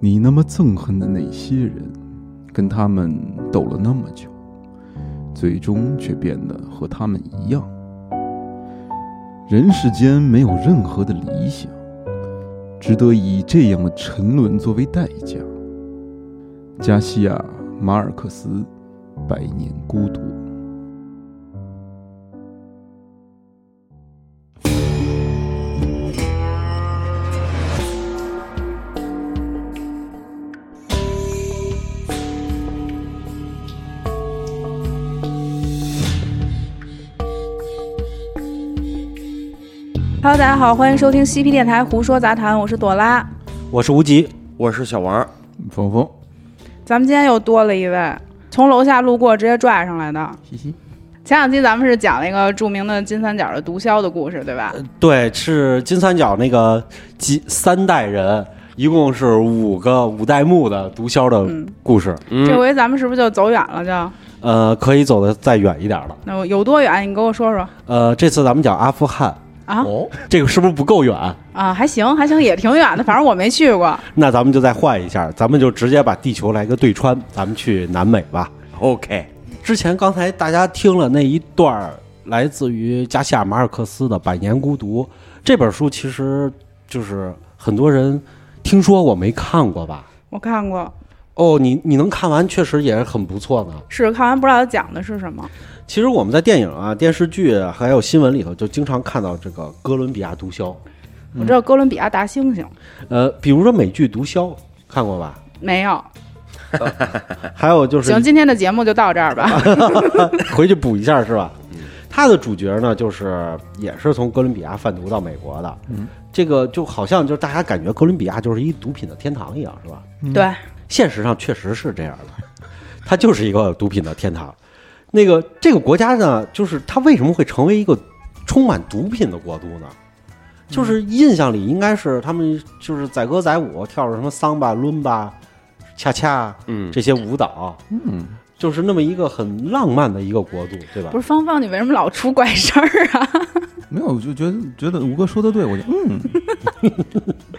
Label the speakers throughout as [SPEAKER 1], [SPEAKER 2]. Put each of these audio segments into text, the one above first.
[SPEAKER 1] 你那么憎恨的那些人，跟他们斗了那么久，最终却变得和他们一样。人世间没有任何的理想，只得以这样的沉沦作为代价。加西亚·马尔克斯，《百年孤独》。
[SPEAKER 2] Hello，大家好，欢迎收听嬉皮电台《胡说杂谈》，我是朵拉。
[SPEAKER 3] 我是无极，
[SPEAKER 4] 我是小王儿，
[SPEAKER 1] 峰峰，
[SPEAKER 2] 咱们今天又多了一位，从楼下路过直接拽上来的。
[SPEAKER 1] 嘻嘻，
[SPEAKER 2] 前两期咱们是讲那个著名的金三角的毒枭的故事，对吧？
[SPEAKER 3] 对，是金三角那个几三代人，一共是五个五代目的毒枭的
[SPEAKER 2] 嗯
[SPEAKER 3] 故事。
[SPEAKER 2] 这回咱们是不是就走远了就？
[SPEAKER 3] 呃，可以走得再远一点了。
[SPEAKER 2] 那我有多远？你给我说说
[SPEAKER 3] 呃，这次咱们讲阿富汗，
[SPEAKER 2] 啊
[SPEAKER 4] 哦，
[SPEAKER 3] 这个是不是不够远？
[SPEAKER 2] 啊，还行还行，也挺远的，反正我没去过。
[SPEAKER 3] 那咱们就再换一下，咱们就直接把地球来个对穿，咱们去南美吧。
[SPEAKER 4] OK，
[SPEAKER 3] 之前刚才大家听了那一段儿来自于加西亚马尔克斯的《百年孤独》这本书，其实就是很多人听说过没看过吧？
[SPEAKER 2] 我看过，
[SPEAKER 3] 哦，你你能看完，确实也是很不错呢。
[SPEAKER 2] 是看完不知道它讲的是什么。
[SPEAKER 3] 其实我们在电影啊、电视剧啊还有新闻里头，就经常看到这个哥伦比亚毒枭，
[SPEAKER 2] 我知道哥伦比亚大猩猩
[SPEAKER 3] 呃，比如说美剧《毒枭》，看过吧？
[SPEAKER 2] 没有。
[SPEAKER 3] 还有就是啊
[SPEAKER 2] 行，今天的节目就到这儿吧。
[SPEAKER 3] 回去补一下是吧？他的主角呢，就是也是从哥伦比亚贩毒到美国的，
[SPEAKER 1] 嗯
[SPEAKER 3] 这个就好像就是大家感觉哥伦比亚就是一毒品的天堂一样，是吧？
[SPEAKER 2] 对，
[SPEAKER 3] 现实上确实是这样的， 它就是一个毒品的天堂。那个这个国家呢，就是它为什么会成为一个充满毒品的国度呢？就是印象里应该是他们就是载歌载舞，跳着什么桑巴、伦巴、恰恰
[SPEAKER 4] 嗯，
[SPEAKER 3] 这些舞蹈，
[SPEAKER 1] 嗯，
[SPEAKER 3] 就是那么一个很浪漫的一个国度，对吧
[SPEAKER 2] 不？是芳芳，你为什么老出怪事儿啊？
[SPEAKER 1] 没有，我就觉得觉得吴哥说的对，我就嗯，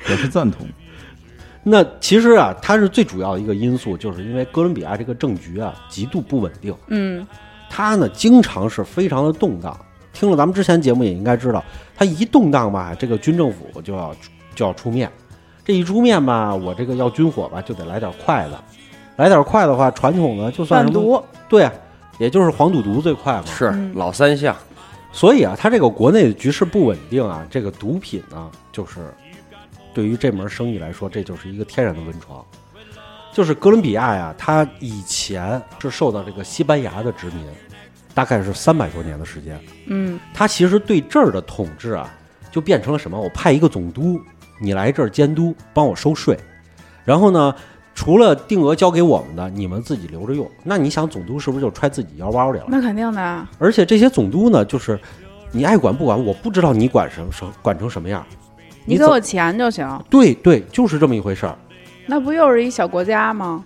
[SPEAKER 1] 表示赞同。
[SPEAKER 3] 那其实啊，它是最主要的一个因素，就是因为哥伦比亚这个政局啊极度不稳定。
[SPEAKER 2] 嗯，
[SPEAKER 3] 它呢经常是非常的动荡。听了咱们之前节目也应该知道，它一动荡吧，这个军政府就要就要出面。这一出面吧，我这个要军火吧，就得来点快的。来点快的话，传统的就算
[SPEAKER 2] 贩
[SPEAKER 3] 什么
[SPEAKER 2] 毒。
[SPEAKER 3] 对啊，也就是黄赌毒最快嘛。
[SPEAKER 4] 是
[SPEAKER 2] 嗯
[SPEAKER 4] 老三项，
[SPEAKER 3] 所以啊，它这个国内的局势不稳定啊，这个毒品呢，就是对于这门生意来说，这就是一个天然的温床。就是哥伦比亚呀，它以前是受到这个西班牙的殖民，大概是三百多年的时间。
[SPEAKER 2] 嗯
[SPEAKER 3] 它其实对这儿的统治啊，就变成了什么？我派一个总督，你来这儿监督，帮我收税，然后呢，除了定额交给我们的，你们自己留着用。那你想，总督是不是就揣自己腰包里了？
[SPEAKER 2] 那肯定的啊。
[SPEAKER 3] 而且这些总督呢，就是你爱管不管，我不知道你管什么什么管成什么样。
[SPEAKER 2] 你给
[SPEAKER 3] 走
[SPEAKER 2] 我钱就行，
[SPEAKER 3] 对对，就是这么一回事儿。
[SPEAKER 2] 那不又是一小国家吗？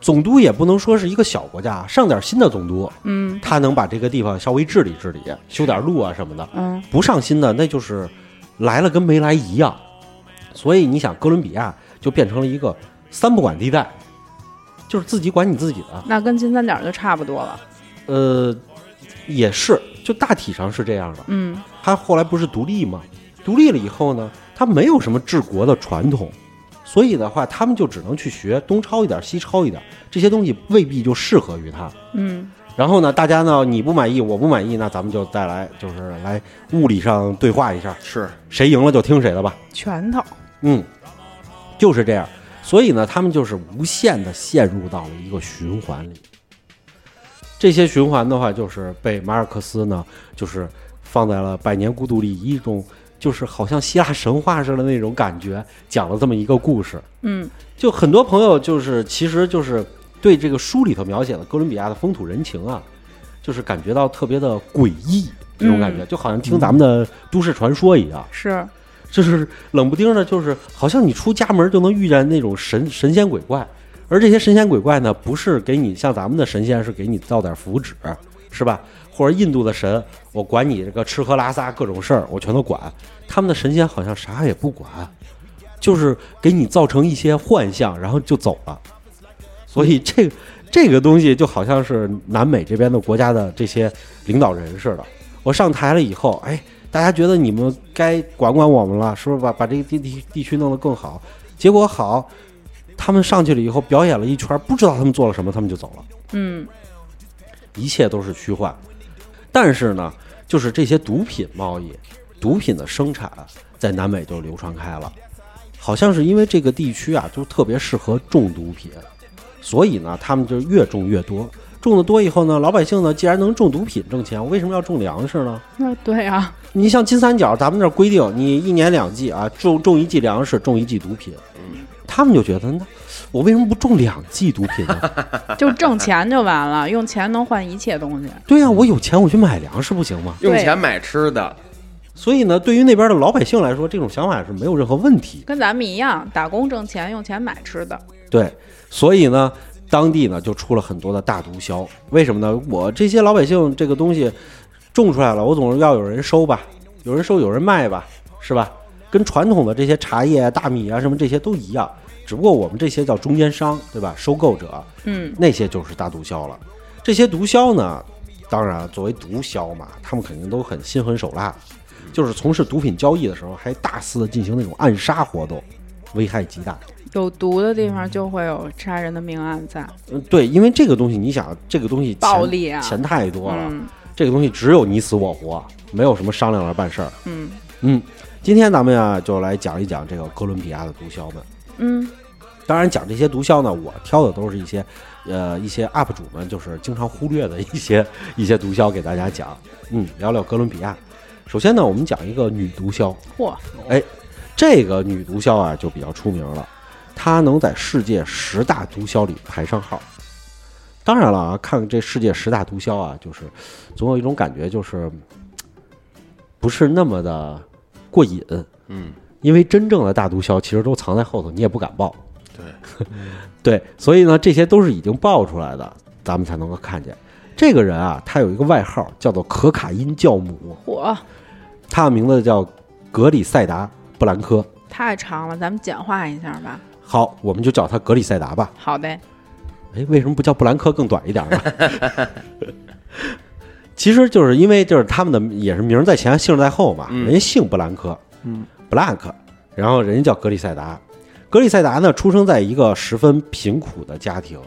[SPEAKER 3] 总督也不能说是一个小国家，上点新的总督，
[SPEAKER 2] 嗯
[SPEAKER 3] 他能把这个地方稍微治理治理，修点路啊什么的。
[SPEAKER 2] 嗯，
[SPEAKER 3] 不上新的，那就是来了跟没来一样。所以你想，哥伦比亚就变成了一个三不管地带，就是自己管你自己的。
[SPEAKER 2] 那跟金三角就差不多了。
[SPEAKER 3] 呃，也是，就大体上是这样的。
[SPEAKER 2] 嗯
[SPEAKER 3] 他后来不是独立吗？独立了以后呢，他没有什么治国的传统，所以的话，他们就只能去学东抄一点，西抄一点，这些东西未必就适合于他。
[SPEAKER 2] 嗯，
[SPEAKER 3] 然后呢，大家呢你不满意，我不满意，那咱们就再来，就是来物理上对话一下，
[SPEAKER 4] 是
[SPEAKER 3] 谁赢了就听谁的吧。
[SPEAKER 2] 拳头。
[SPEAKER 3] 嗯，就是这样。所以呢，他们就是无限的陷入到了一个循环里。这些循环的话，就是被马尔克斯呢，就是放在了《百年孤独》里，一种就是好像希腊神话似的那种感觉，讲了这么一个故事。
[SPEAKER 2] 嗯，
[SPEAKER 3] 就很多朋友就是，其实就是对这个书里头描写的哥伦比亚的风土人情啊，就是感觉到特别的诡异这种感觉，就好像听咱们的都市传说一样。
[SPEAKER 2] 是
[SPEAKER 3] 就是冷不丁的，就是好像你出家门就能遇见那种神神仙鬼怪，而这些神仙鬼怪呢，不是给你像咱们的神仙是给你造点福祉，是吧？或者印度的神，我管你这个吃喝拉撒各种事儿，我全都管。他们的神仙好像啥也不管，就是给你造成一些幻象，然后就走了。所以这个这个东西就好像是南美这边的国家的这些领导人似的。我上台了以后，哎，大家觉得你们该管管我们了，是不是把把这个地地地区弄得更好？结果好，他们上去了以后表演了一圈，不知道他们做了什么，他们就走了。
[SPEAKER 2] 嗯，
[SPEAKER 3] 一切都是虚幻。但是呢，就是这些毒品贸易、毒品的生产在南美就流传开了，好像是因为这个地区啊，就特别适合种毒品，所以呢，他们就越种越多。种的多以后呢，老百姓呢，既然能种毒品挣钱，我为什么要种粮食呢？
[SPEAKER 2] 那对啊，
[SPEAKER 3] 你像金三角，咱们那儿规定，你一年两季啊，种种一季粮食，种一季毒品。他们就觉得，那我为什么不种两季毒品呢？
[SPEAKER 2] 就挣钱就完了， 用钱能换一切东西。
[SPEAKER 3] 对呀、我有钱我去买粮食不行吗？
[SPEAKER 4] 用
[SPEAKER 2] 对
[SPEAKER 4] 钱买吃的，
[SPEAKER 3] 所以呢，对于那边的老百姓来说，这种想法是没有任何问题。
[SPEAKER 2] 跟咱们一样，打工挣钱，用钱买吃的。
[SPEAKER 3] 对，所以呢，当地呢就出了很多的大毒枭。为什么呢？我这些老百姓这个东西种出来了，我总是要有人收吧，有人收，有人卖吧，是吧？跟传统的这些茶叶、大米啊什么这些都一样，只不过我们这些叫中间商，对吧？收购者
[SPEAKER 2] 嗯，
[SPEAKER 3] 那些就是大毒枭了。这些毒枭呢，当然作为毒枭嘛，他们肯定都很心狠手辣，就是从事毒品交易的时候还大肆的进行那种暗杀活动，危害极大。
[SPEAKER 2] 有毒的地方就会有杀人的命案在，
[SPEAKER 3] 嗯，对，因为这个东西，你想，这个东西钱
[SPEAKER 2] 暴力啊。
[SPEAKER 3] 钱太多了，
[SPEAKER 2] 嗯
[SPEAKER 3] 这个东西只有你死我活，没有什么商量着办事儿。
[SPEAKER 2] 嗯
[SPEAKER 3] 嗯，今天咱们呀就来讲一讲这个哥伦比亚的毒枭们。
[SPEAKER 2] 嗯
[SPEAKER 3] 当然，讲这些毒枭呢，我挑的都是一些，呃，一些 UP 主们就是经常忽略的一些一些毒枭给大家讲。嗯，聊聊哥伦比亚。首先呢，我们讲一个女毒枭，
[SPEAKER 2] 嚯，
[SPEAKER 3] 这个女毒枭啊就比较出名了，她能在世界十大毒枭里排上号。当然了啊，看这世界十大毒枭啊，就是总有一种感觉，就是嘖不是那么的过瘾。
[SPEAKER 4] 嗯，
[SPEAKER 3] 因为真正的大毒枭其实都藏在后头，你也不敢报。
[SPEAKER 4] 对，
[SPEAKER 3] 对，所以呢，这些都是已经爆出来的，咱们才能够看见。这个人啊，他有一个外号叫做“可卡因教母
[SPEAKER 2] 嚯，”，
[SPEAKER 3] 他的名字叫格里塞达·布兰科。
[SPEAKER 2] 太长了，咱们简化一下吧。
[SPEAKER 3] 好，我们就叫他格里塞达吧。
[SPEAKER 2] 好的，
[SPEAKER 3] 哎，为什么不叫布兰科更短一点呢？ 其实就是因为就是他们的也是名儿在前，姓儿在后嘛。
[SPEAKER 4] 嗯
[SPEAKER 3] 人家姓布兰科，
[SPEAKER 1] 嗯
[SPEAKER 3] ，Black，然后人家叫格里塞达。格里塞达呢，出生在一个十分贫苦的家庭，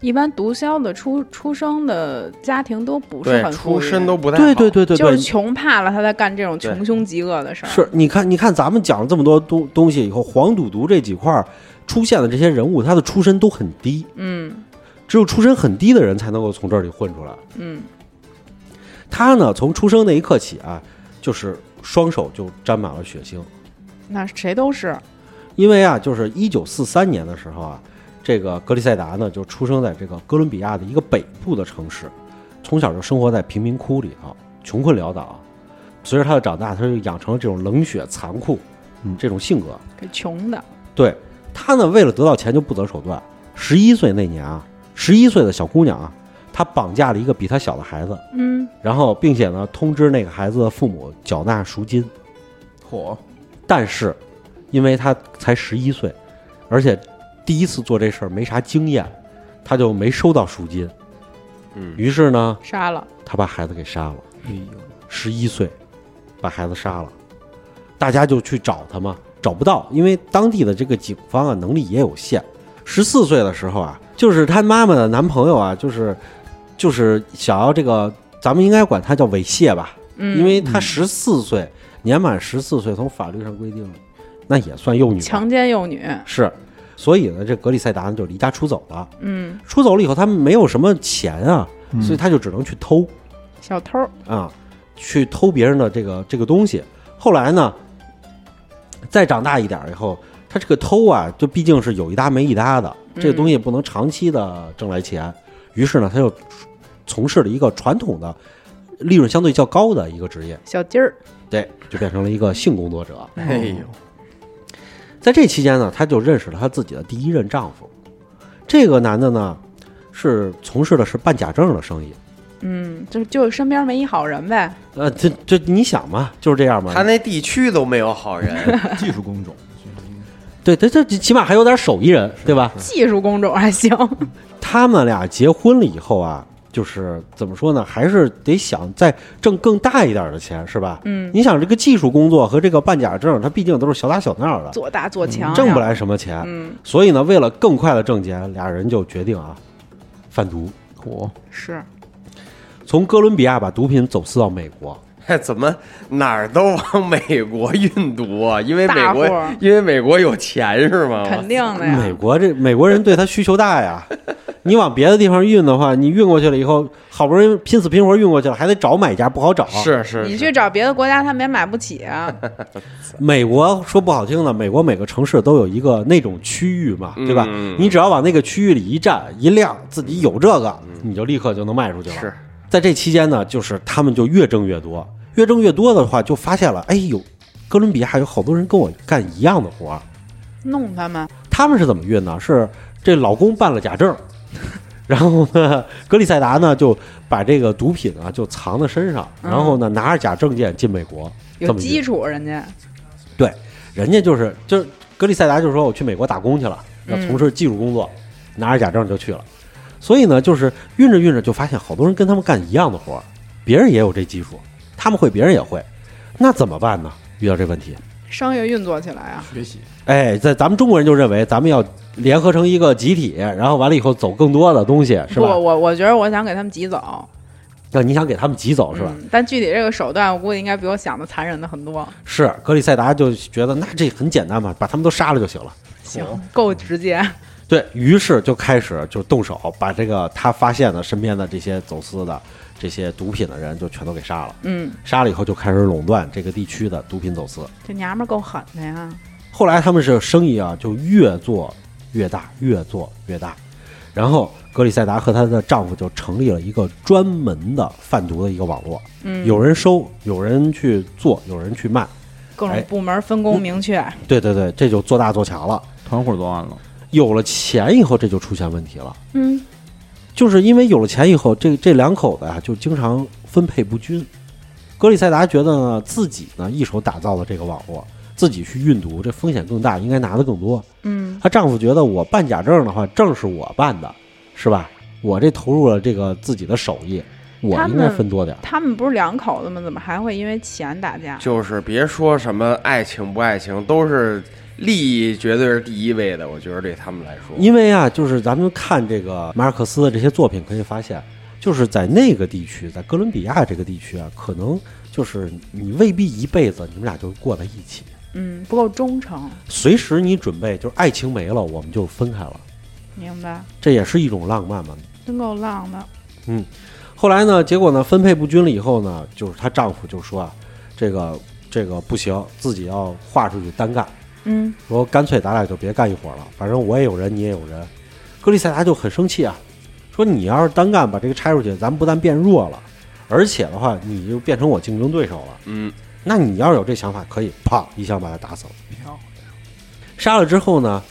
[SPEAKER 2] 一般毒枭的出出生的家庭都不是
[SPEAKER 4] 对，
[SPEAKER 2] 很
[SPEAKER 4] 出
[SPEAKER 2] 富裕
[SPEAKER 4] 身都不太好，
[SPEAKER 3] 对对对对
[SPEAKER 2] 就
[SPEAKER 3] 对，
[SPEAKER 2] 是穷怕了，他才干这种
[SPEAKER 4] 对
[SPEAKER 2] 穷凶极恶的事儿。
[SPEAKER 3] 是，你看，你看，咱们讲了这么多东东西以后，黄赌毒这几块儿出现的这些人物，他的出身都很低，
[SPEAKER 2] 嗯
[SPEAKER 3] 只有出身很低的人才能够从这里混出来。
[SPEAKER 2] 嗯，
[SPEAKER 3] 他呢，从出生那一刻起啊，就是双手就沾满了血腥，
[SPEAKER 2] 那谁都是。
[SPEAKER 3] 因为啊，就是一九四三年的时候啊，这个格里塞达呢就出生在这个哥伦比亚的一个北部的城市，从小就生活在贫民窟里啊，穷困潦倒。随着他的长大，他就养成了这种冷血、残酷，
[SPEAKER 1] 嗯
[SPEAKER 3] 这种性格。
[SPEAKER 2] 给穷的，
[SPEAKER 3] 对他呢，为了得到钱就不择手段。十一岁那年啊，十一岁的小姑娘啊，她绑架了一个比她小的孩子，
[SPEAKER 2] 嗯，
[SPEAKER 3] 然后并且呢通知那个孩子的父母缴纳赎金。
[SPEAKER 4] 嚯，
[SPEAKER 3] 但是，因为她才十一岁，而且第一次做这事儿没啥经验，她就没收到赎金。
[SPEAKER 4] 嗯，
[SPEAKER 3] 于是呢，
[SPEAKER 2] 杀了，
[SPEAKER 3] 她把孩子给杀了，
[SPEAKER 1] 哎呦，
[SPEAKER 3] 十一岁，把孩子杀了。大家就去找他嘛，找不到，因为当地的这个警方啊能力也有限。十四岁的时候啊，就是她妈妈的男朋友啊，就是就是想要这个，咱们应该管他叫猥亵吧，
[SPEAKER 2] 嗯，
[SPEAKER 3] 因为她十四岁，年满十四岁，从法律上规定，那也算幼女吧
[SPEAKER 2] 强奸幼女，
[SPEAKER 3] 是。所以呢，这格里塞达呢就离家出走了。
[SPEAKER 2] 嗯，
[SPEAKER 3] 出走了以后，他没有什么钱啊，
[SPEAKER 1] 嗯
[SPEAKER 3] 所以他就只能去偷
[SPEAKER 2] 小偷儿，
[SPEAKER 3] 啊，去偷别人的这个这个东西。后来呢，再长大一点以后，他这个偷啊，就毕竟是有一搭没一搭的，
[SPEAKER 2] 嗯
[SPEAKER 3] 这个东西也不能长期的挣来钱。于是呢，他就从事了一个传统的利润相对较高的一个职业，
[SPEAKER 2] 小鸡儿，
[SPEAKER 3] 对，就变成了一个性工作者。
[SPEAKER 4] 哎呦，
[SPEAKER 3] 在这期间呢，她就认识了她自己的第一任丈夫。这个男的呢，是从事的是办假证的生意。
[SPEAKER 2] 嗯，就就身边没一好人呗，
[SPEAKER 3] 呃，这嗯这你想嘛，就是这样嘛。
[SPEAKER 4] 他那地区都没有好人，
[SPEAKER 1] 技术工种，
[SPEAKER 3] 对，他这起码还有点手艺人，对吧？
[SPEAKER 2] 技术工种还 行，
[SPEAKER 3] 他们俩结婚了以后啊，就是怎么说呢，还是得想再挣更大一点的钱，是吧？
[SPEAKER 2] 嗯，
[SPEAKER 3] 你想这个技术工作和这个办假证，它毕竟都是小打小闹的，
[SPEAKER 2] 做大做强，
[SPEAKER 3] 挣不。来什么钱。
[SPEAKER 2] 嗯，
[SPEAKER 3] 所以呢，为了更快的挣钱，俩人就决定啊，贩毒，
[SPEAKER 1] 嚯，
[SPEAKER 2] 是
[SPEAKER 3] 从哥伦比亚把毒品走私到美国。
[SPEAKER 4] 哎，怎么哪儿都往美国运毒啊？因为美国
[SPEAKER 2] 大户儿，
[SPEAKER 4] 因为美国有钱是吗？
[SPEAKER 2] 肯定的
[SPEAKER 4] 啊
[SPEAKER 3] 美
[SPEAKER 2] 呀。
[SPEAKER 3] 国这美国人对他需求大 呀，你往别的地方运的话，你运过去了以后，好不容易拼死拼活运过去了，还得找买家，不好找。
[SPEAKER 4] 是是，
[SPEAKER 2] 你
[SPEAKER 4] 是
[SPEAKER 2] 去找别的国家，他们也买不起 啊。
[SPEAKER 3] 美国说不好听的，美国每个城市都有一个那种区域嘛，对吧？
[SPEAKER 4] 嗯
[SPEAKER 3] 你只要往那个区域里一站一亮，自己有这个，你就立刻就能卖出去了。
[SPEAKER 4] 是，
[SPEAKER 3] 在这期间呢，就是他们就越挣越多，越挣越多的话，就发现了，哎呦，哥伦比亚有好多人跟我干一样的活儿。
[SPEAKER 2] 弄他们，
[SPEAKER 3] 他们是怎么运呢？是这老公办了假证， 然后呢，格里塞达呢就把这个毒品啊就藏在身上，
[SPEAKER 2] 嗯
[SPEAKER 3] 然后呢拿着假证件进美国，
[SPEAKER 2] 有
[SPEAKER 3] 这么运
[SPEAKER 2] 基础，人家
[SPEAKER 3] 对，人家就是就是格里塞达就说我去美国打工去了，要
[SPEAKER 2] 嗯
[SPEAKER 3] 从事技术工作，拿着假证就去了。所以呢，就是运着运着就发现好多人跟他们干一样的活儿，别人也有这技术，他们会，别人也会，那怎么办呢？遇到这问题，
[SPEAKER 2] 商业运作起来啊。
[SPEAKER 1] 学习
[SPEAKER 3] 哎，在咱们中国人就认为咱们要联合成一个集体，然后完了以后走更多的东西，是
[SPEAKER 2] 不，
[SPEAKER 3] 吧？
[SPEAKER 2] 我我觉得我想给他们挤走，
[SPEAKER 3] 那你想给他们挤走是吧？
[SPEAKER 2] 嗯？但具体这个手段，我估计应该比我想的残忍的很多。
[SPEAKER 3] 是格里塞达就觉得那这很简单嘛，把他们都杀了就行了。
[SPEAKER 2] 行，
[SPEAKER 3] 哦
[SPEAKER 2] 够直接。
[SPEAKER 3] 对于是就开始就动手，把这个他发现的身边的这些走私的、这些毒品的人就全都给杀了。
[SPEAKER 2] 嗯，
[SPEAKER 3] 杀了以后就开始垄断这个地区的毒品走私。
[SPEAKER 2] 这娘们儿够狠的呀。
[SPEAKER 3] 后来他们是生意啊，就越做越大，越做越大。然后格里塞达和她的丈夫就成立了一个专门的贩毒的一个网络，
[SPEAKER 2] 嗯，
[SPEAKER 3] 有人收，有人去做，有人去卖。
[SPEAKER 2] 各
[SPEAKER 3] 哎
[SPEAKER 2] 种部门分工明确，
[SPEAKER 3] 对对对，这就做大做强了。
[SPEAKER 1] 团伙作案了，
[SPEAKER 3] 有了钱以后，这就出现问题了，
[SPEAKER 2] 嗯，
[SPEAKER 3] 就是因为有了钱以后，这这两口子啊，就经常分配不均。格里塞达觉得呢，自己呢一手打造的这个网络，自己去运毒，这风险更大，应该拿的更多。
[SPEAKER 2] 嗯，
[SPEAKER 3] 她丈夫觉得我办假证的话，证是我办的，是吧？我这投入了这个自己的手艺，我
[SPEAKER 2] 他
[SPEAKER 3] 应
[SPEAKER 2] 们
[SPEAKER 3] 该分多点儿。
[SPEAKER 2] 他们不是两口子吗？怎么还会因为钱打架？
[SPEAKER 4] 就是别说什么爱情不爱情，都是利益绝对是第一位的。我觉得对他们来说，
[SPEAKER 3] 因为啊，就是咱们看这个马尔克斯的这些作品，可以发现，就是在那个地区，在哥伦比亚这个地区啊，可能就是你未必一辈子你们俩就过在一起，
[SPEAKER 2] 嗯，不够忠诚，
[SPEAKER 3] 随时你准备就是爱情没了，我们就分开了，
[SPEAKER 2] 明白？
[SPEAKER 3] 这也是一种浪漫嘛。
[SPEAKER 2] 真够浪的。
[SPEAKER 3] 后来呢，结果呢，分配不均了以后呢，就是她丈夫就说啊，这个这个不行，自己要划出去单干，
[SPEAKER 2] 嗯，
[SPEAKER 3] 说干脆咱俩就别干一伙了，反正我也有人，你也有人。格里塞达就很生气啊，说你要是单干把这个拆出去，咱们不但变弱了，而且的话你就变成我竞争对手了。
[SPEAKER 4] 嗯，
[SPEAKER 3] 那你要是有这想法，可以啪一枪把他打死了。杀了之后呢，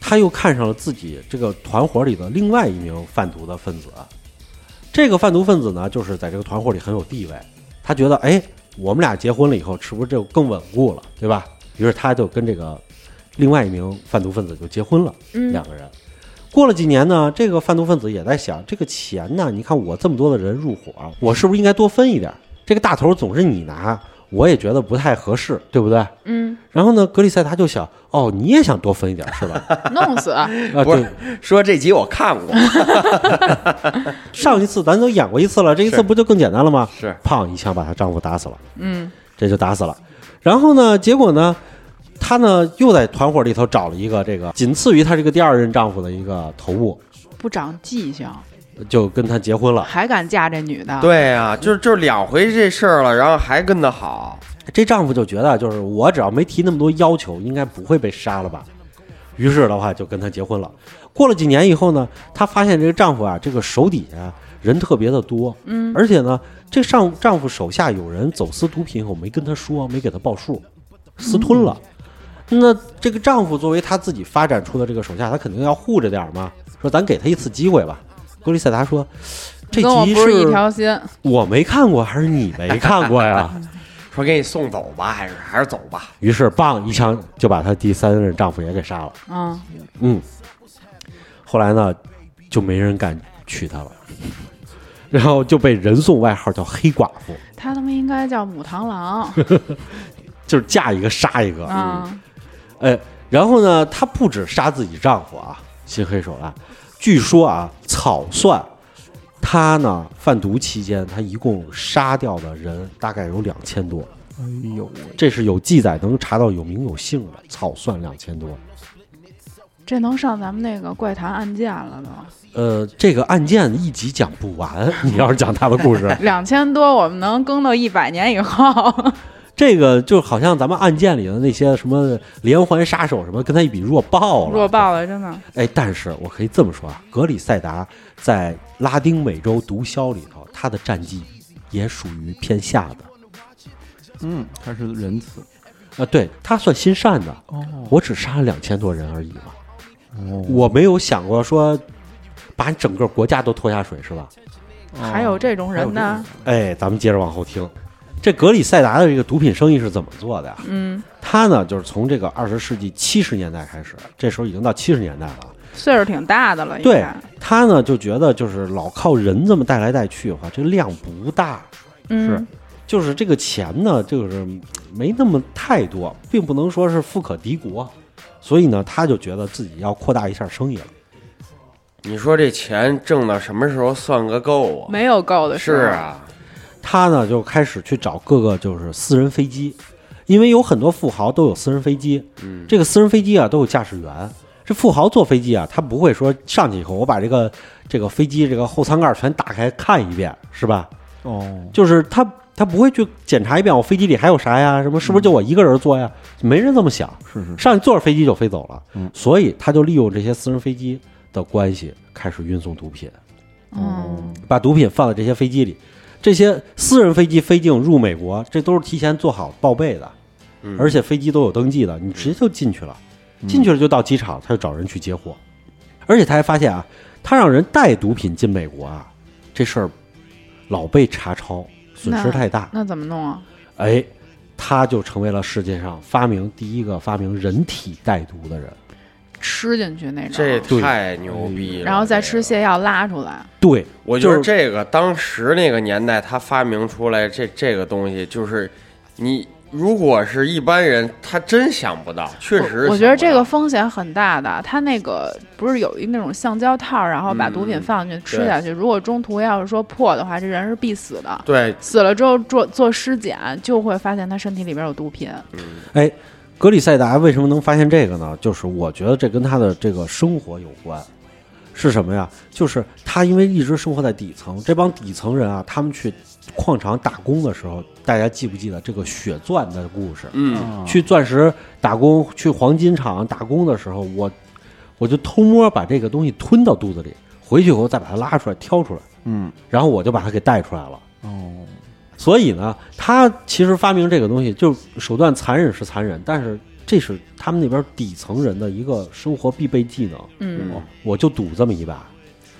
[SPEAKER 3] 他又看上了自己这个团伙里的另外一名贩毒的分子。这个贩毒分子呢，就是在这个团伙里很有地位。他觉得，哎，我们俩结婚了以后，是不是就更稳固了，对吧？于是他就跟这个另外一名贩毒分子就结婚了，
[SPEAKER 2] 嗯
[SPEAKER 3] 两个人。过了几年呢，这个贩毒分子也在想，这个钱呢，你看我这么多的人入伙，我是不是应该多分一点？这个大头总是你拿，我也觉得不太合适，对不对？
[SPEAKER 2] 嗯，
[SPEAKER 3] 然后呢，格里塞他就想，哦，你也想多分一点是 吧？
[SPEAKER 2] 弄死。
[SPEAKER 3] 啊，
[SPEAKER 4] 不
[SPEAKER 3] 对
[SPEAKER 4] 是，说这集我看过，
[SPEAKER 3] 上一次咱都演过一次了，这一次
[SPEAKER 4] 是
[SPEAKER 3] 不就更简单了吗？
[SPEAKER 4] 是
[SPEAKER 3] 胖一枪把她丈夫打死了，
[SPEAKER 2] 嗯，
[SPEAKER 3] 这就打死了。然后呢，结果呢，她呢又在团伙里头找了一个这个仅次于她这个第二任丈夫的一个头目，
[SPEAKER 2] 不长记性，
[SPEAKER 3] 就跟他结婚了。
[SPEAKER 2] 还敢嫁这女的？，
[SPEAKER 4] 对呀、就就两回这事儿了，然后还跟他好，
[SPEAKER 3] 这丈夫就觉得，就是我只要没提那么多要求，应该不会被杀了吧？于是的话，就跟他结婚了。过了几年以后呢，她发现这个丈夫啊，这个手底下人特别的多，嗯，而且呢，这上丈夫手下有人走私毒品以后没跟她说，没给她报数，私吞了。
[SPEAKER 2] 嗯
[SPEAKER 3] 那这个丈夫作为他自己发展出的这个手下，他肯定要护着点儿嘛。说咱给他一次机会吧。格里塞达说：“这
[SPEAKER 2] 跟我
[SPEAKER 3] 集
[SPEAKER 2] 不是一条心。
[SPEAKER 3] 我没看过还是你没看过呀？
[SPEAKER 4] 说给你送走吧，还是还是走吧。
[SPEAKER 3] 于是，棒一枪就把她第三任丈夫也给杀了。
[SPEAKER 2] 嗯，
[SPEAKER 3] 嗯，后来呢，就没人敢娶她了，然后就被人送外号叫黑寡妇，
[SPEAKER 2] 他他妈应该叫母螳 螂。
[SPEAKER 3] 就是嫁一个杀一个。
[SPEAKER 1] 啊
[SPEAKER 2] 嗯，
[SPEAKER 3] 哎，然后呢，她不止杀自己丈夫啊，心黑手辣。据说啊，草蒜，她呢贩毒期间，她一共杀掉的人大概有两千多，
[SPEAKER 1] 哎呦喂，
[SPEAKER 3] 这是有记载能查到有名有姓的。草蒜两千多，
[SPEAKER 2] 这能上咱们那个怪谈案件了都。
[SPEAKER 3] 呃，这个案件一集讲不完，你要是讲她的故 事，
[SPEAKER 2] 两千多，我们能更到一百年以后。
[SPEAKER 3] 这个就好像咱们案件里的那些什么连环杀手什么，跟他一比弱爆了，
[SPEAKER 2] 弱爆了，真的。
[SPEAKER 3] 哎，但是我可以这么说啊，格里塞达在拉丁美洲毒枭里头，他的战绩也属于偏下的。
[SPEAKER 1] 嗯，他是仁慈
[SPEAKER 3] 啊、对他算心善的，
[SPEAKER 1] 哦
[SPEAKER 3] 我只杀了两千多人而已嘛，
[SPEAKER 1] 哦
[SPEAKER 3] 我没有想过说把你整个国家都拖下水是吧？
[SPEAKER 2] 还有这种人呢？
[SPEAKER 3] 哎，咱们接着往后听，这格里塞达的这个毒品生意是怎么做的呀、
[SPEAKER 2] 嗯，
[SPEAKER 3] 他呢，就是从这个二十世纪七十年代开始，这时候已经到七十年代了啊。
[SPEAKER 2] 岁数挺大的了，应
[SPEAKER 3] 对
[SPEAKER 2] 该。
[SPEAKER 3] 他呢就觉得就是老靠人这么带来带去的话，这量不大，
[SPEAKER 2] 嗯，
[SPEAKER 3] 就是这个钱呢，就是没那么太多，并不能说是富可敌国，所以呢，他就觉得自己要扩大一下生意了。
[SPEAKER 4] 你说这钱挣到什么时候算个够啊？
[SPEAKER 2] 没有够的
[SPEAKER 4] 是
[SPEAKER 2] 候，
[SPEAKER 4] 啊，
[SPEAKER 3] 他呢就开始去找各个就是私人飞机，因为有很多富豪都有私人飞机，
[SPEAKER 4] 嗯，
[SPEAKER 3] 这个私人飞机啊都有驾驶员。这富豪坐飞机啊，他不会说上去以后我把这个这个飞机这个后舱盖全打开看一遍，是吧？
[SPEAKER 1] 哦，
[SPEAKER 3] 就是他他不会去检查一遍我飞机里还有啥呀，什么是不是就我一个人坐呀？没人这么想，
[SPEAKER 1] 是是，
[SPEAKER 3] 上去坐着飞机就飞走了。
[SPEAKER 1] 嗯
[SPEAKER 3] 所以他就利用这些私人飞机的关系，开始运送毒品，
[SPEAKER 2] 嗯，
[SPEAKER 3] 把毒品放在这些飞机里。这些私人飞机飞进入美国，这都是提前做好报备的，
[SPEAKER 4] 嗯
[SPEAKER 3] 而且飞机都有登记的，你直接就进去了，
[SPEAKER 1] 嗯
[SPEAKER 3] 进去了就到机场，他就找人去接货。而且他还发现啊，他让人带毒品进美国啊，这事儿老被查抄，损失
[SPEAKER 2] 那
[SPEAKER 3] 太大。
[SPEAKER 2] 那怎么弄啊？
[SPEAKER 3] 哎，他就成为了世界上发明第一个发明人体带毒的人。
[SPEAKER 2] 吃进去那
[SPEAKER 4] 这
[SPEAKER 2] 种，
[SPEAKER 4] 太牛逼了。
[SPEAKER 2] 然后再
[SPEAKER 4] 这
[SPEAKER 2] 吃
[SPEAKER 4] 个
[SPEAKER 2] 泻药拉出来。
[SPEAKER 3] 对，
[SPEAKER 4] 我
[SPEAKER 3] 就
[SPEAKER 4] 觉得
[SPEAKER 3] 是
[SPEAKER 4] 这个当时那个年代，他发明出来这这个东西，就是你如果是一般人，他真想不到，确实是
[SPEAKER 2] 我我觉得这
[SPEAKER 4] 想
[SPEAKER 2] 个
[SPEAKER 4] 不到
[SPEAKER 2] 风险很大的。他那个不是有一那种橡胶套，然后把毒品
[SPEAKER 4] 嗯
[SPEAKER 2] 放进去吃下去，如果中途要是说破的话，这人是必死的。
[SPEAKER 4] 对，
[SPEAKER 2] 死了之后做做尸检，就会发现他身体里边有毒品。
[SPEAKER 3] 哎，格里塞达为什么能发现这个呢？就是我觉得这跟他的这个生活有关。是什么呀？就是他因为一直生活在底层，这帮底层人啊，他们去矿场打工的时候，大家记不记得这个血钻的故事？
[SPEAKER 4] 嗯，
[SPEAKER 1] 啊
[SPEAKER 3] 去钻石打工，去黄金厂打工的时候，我我就偷摸把这个东西吞到肚子里，回去以后再把它拉出来挑出来，
[SPEAKER 1] 嗯
[SPEAKER 3] 然后我就把它给带出来了。
[SPEAKER 1] 哦，
[SPEAKER 3] 所以呢，他其实发明这个东西，就手段残忍是残忍，但是这是他们那边底层人的一个生活必备技能。
[SPEAKER 2] 嗯，
[SPEAKER 4] 嗯
[SPEAKER 3] 我就赌这么一把，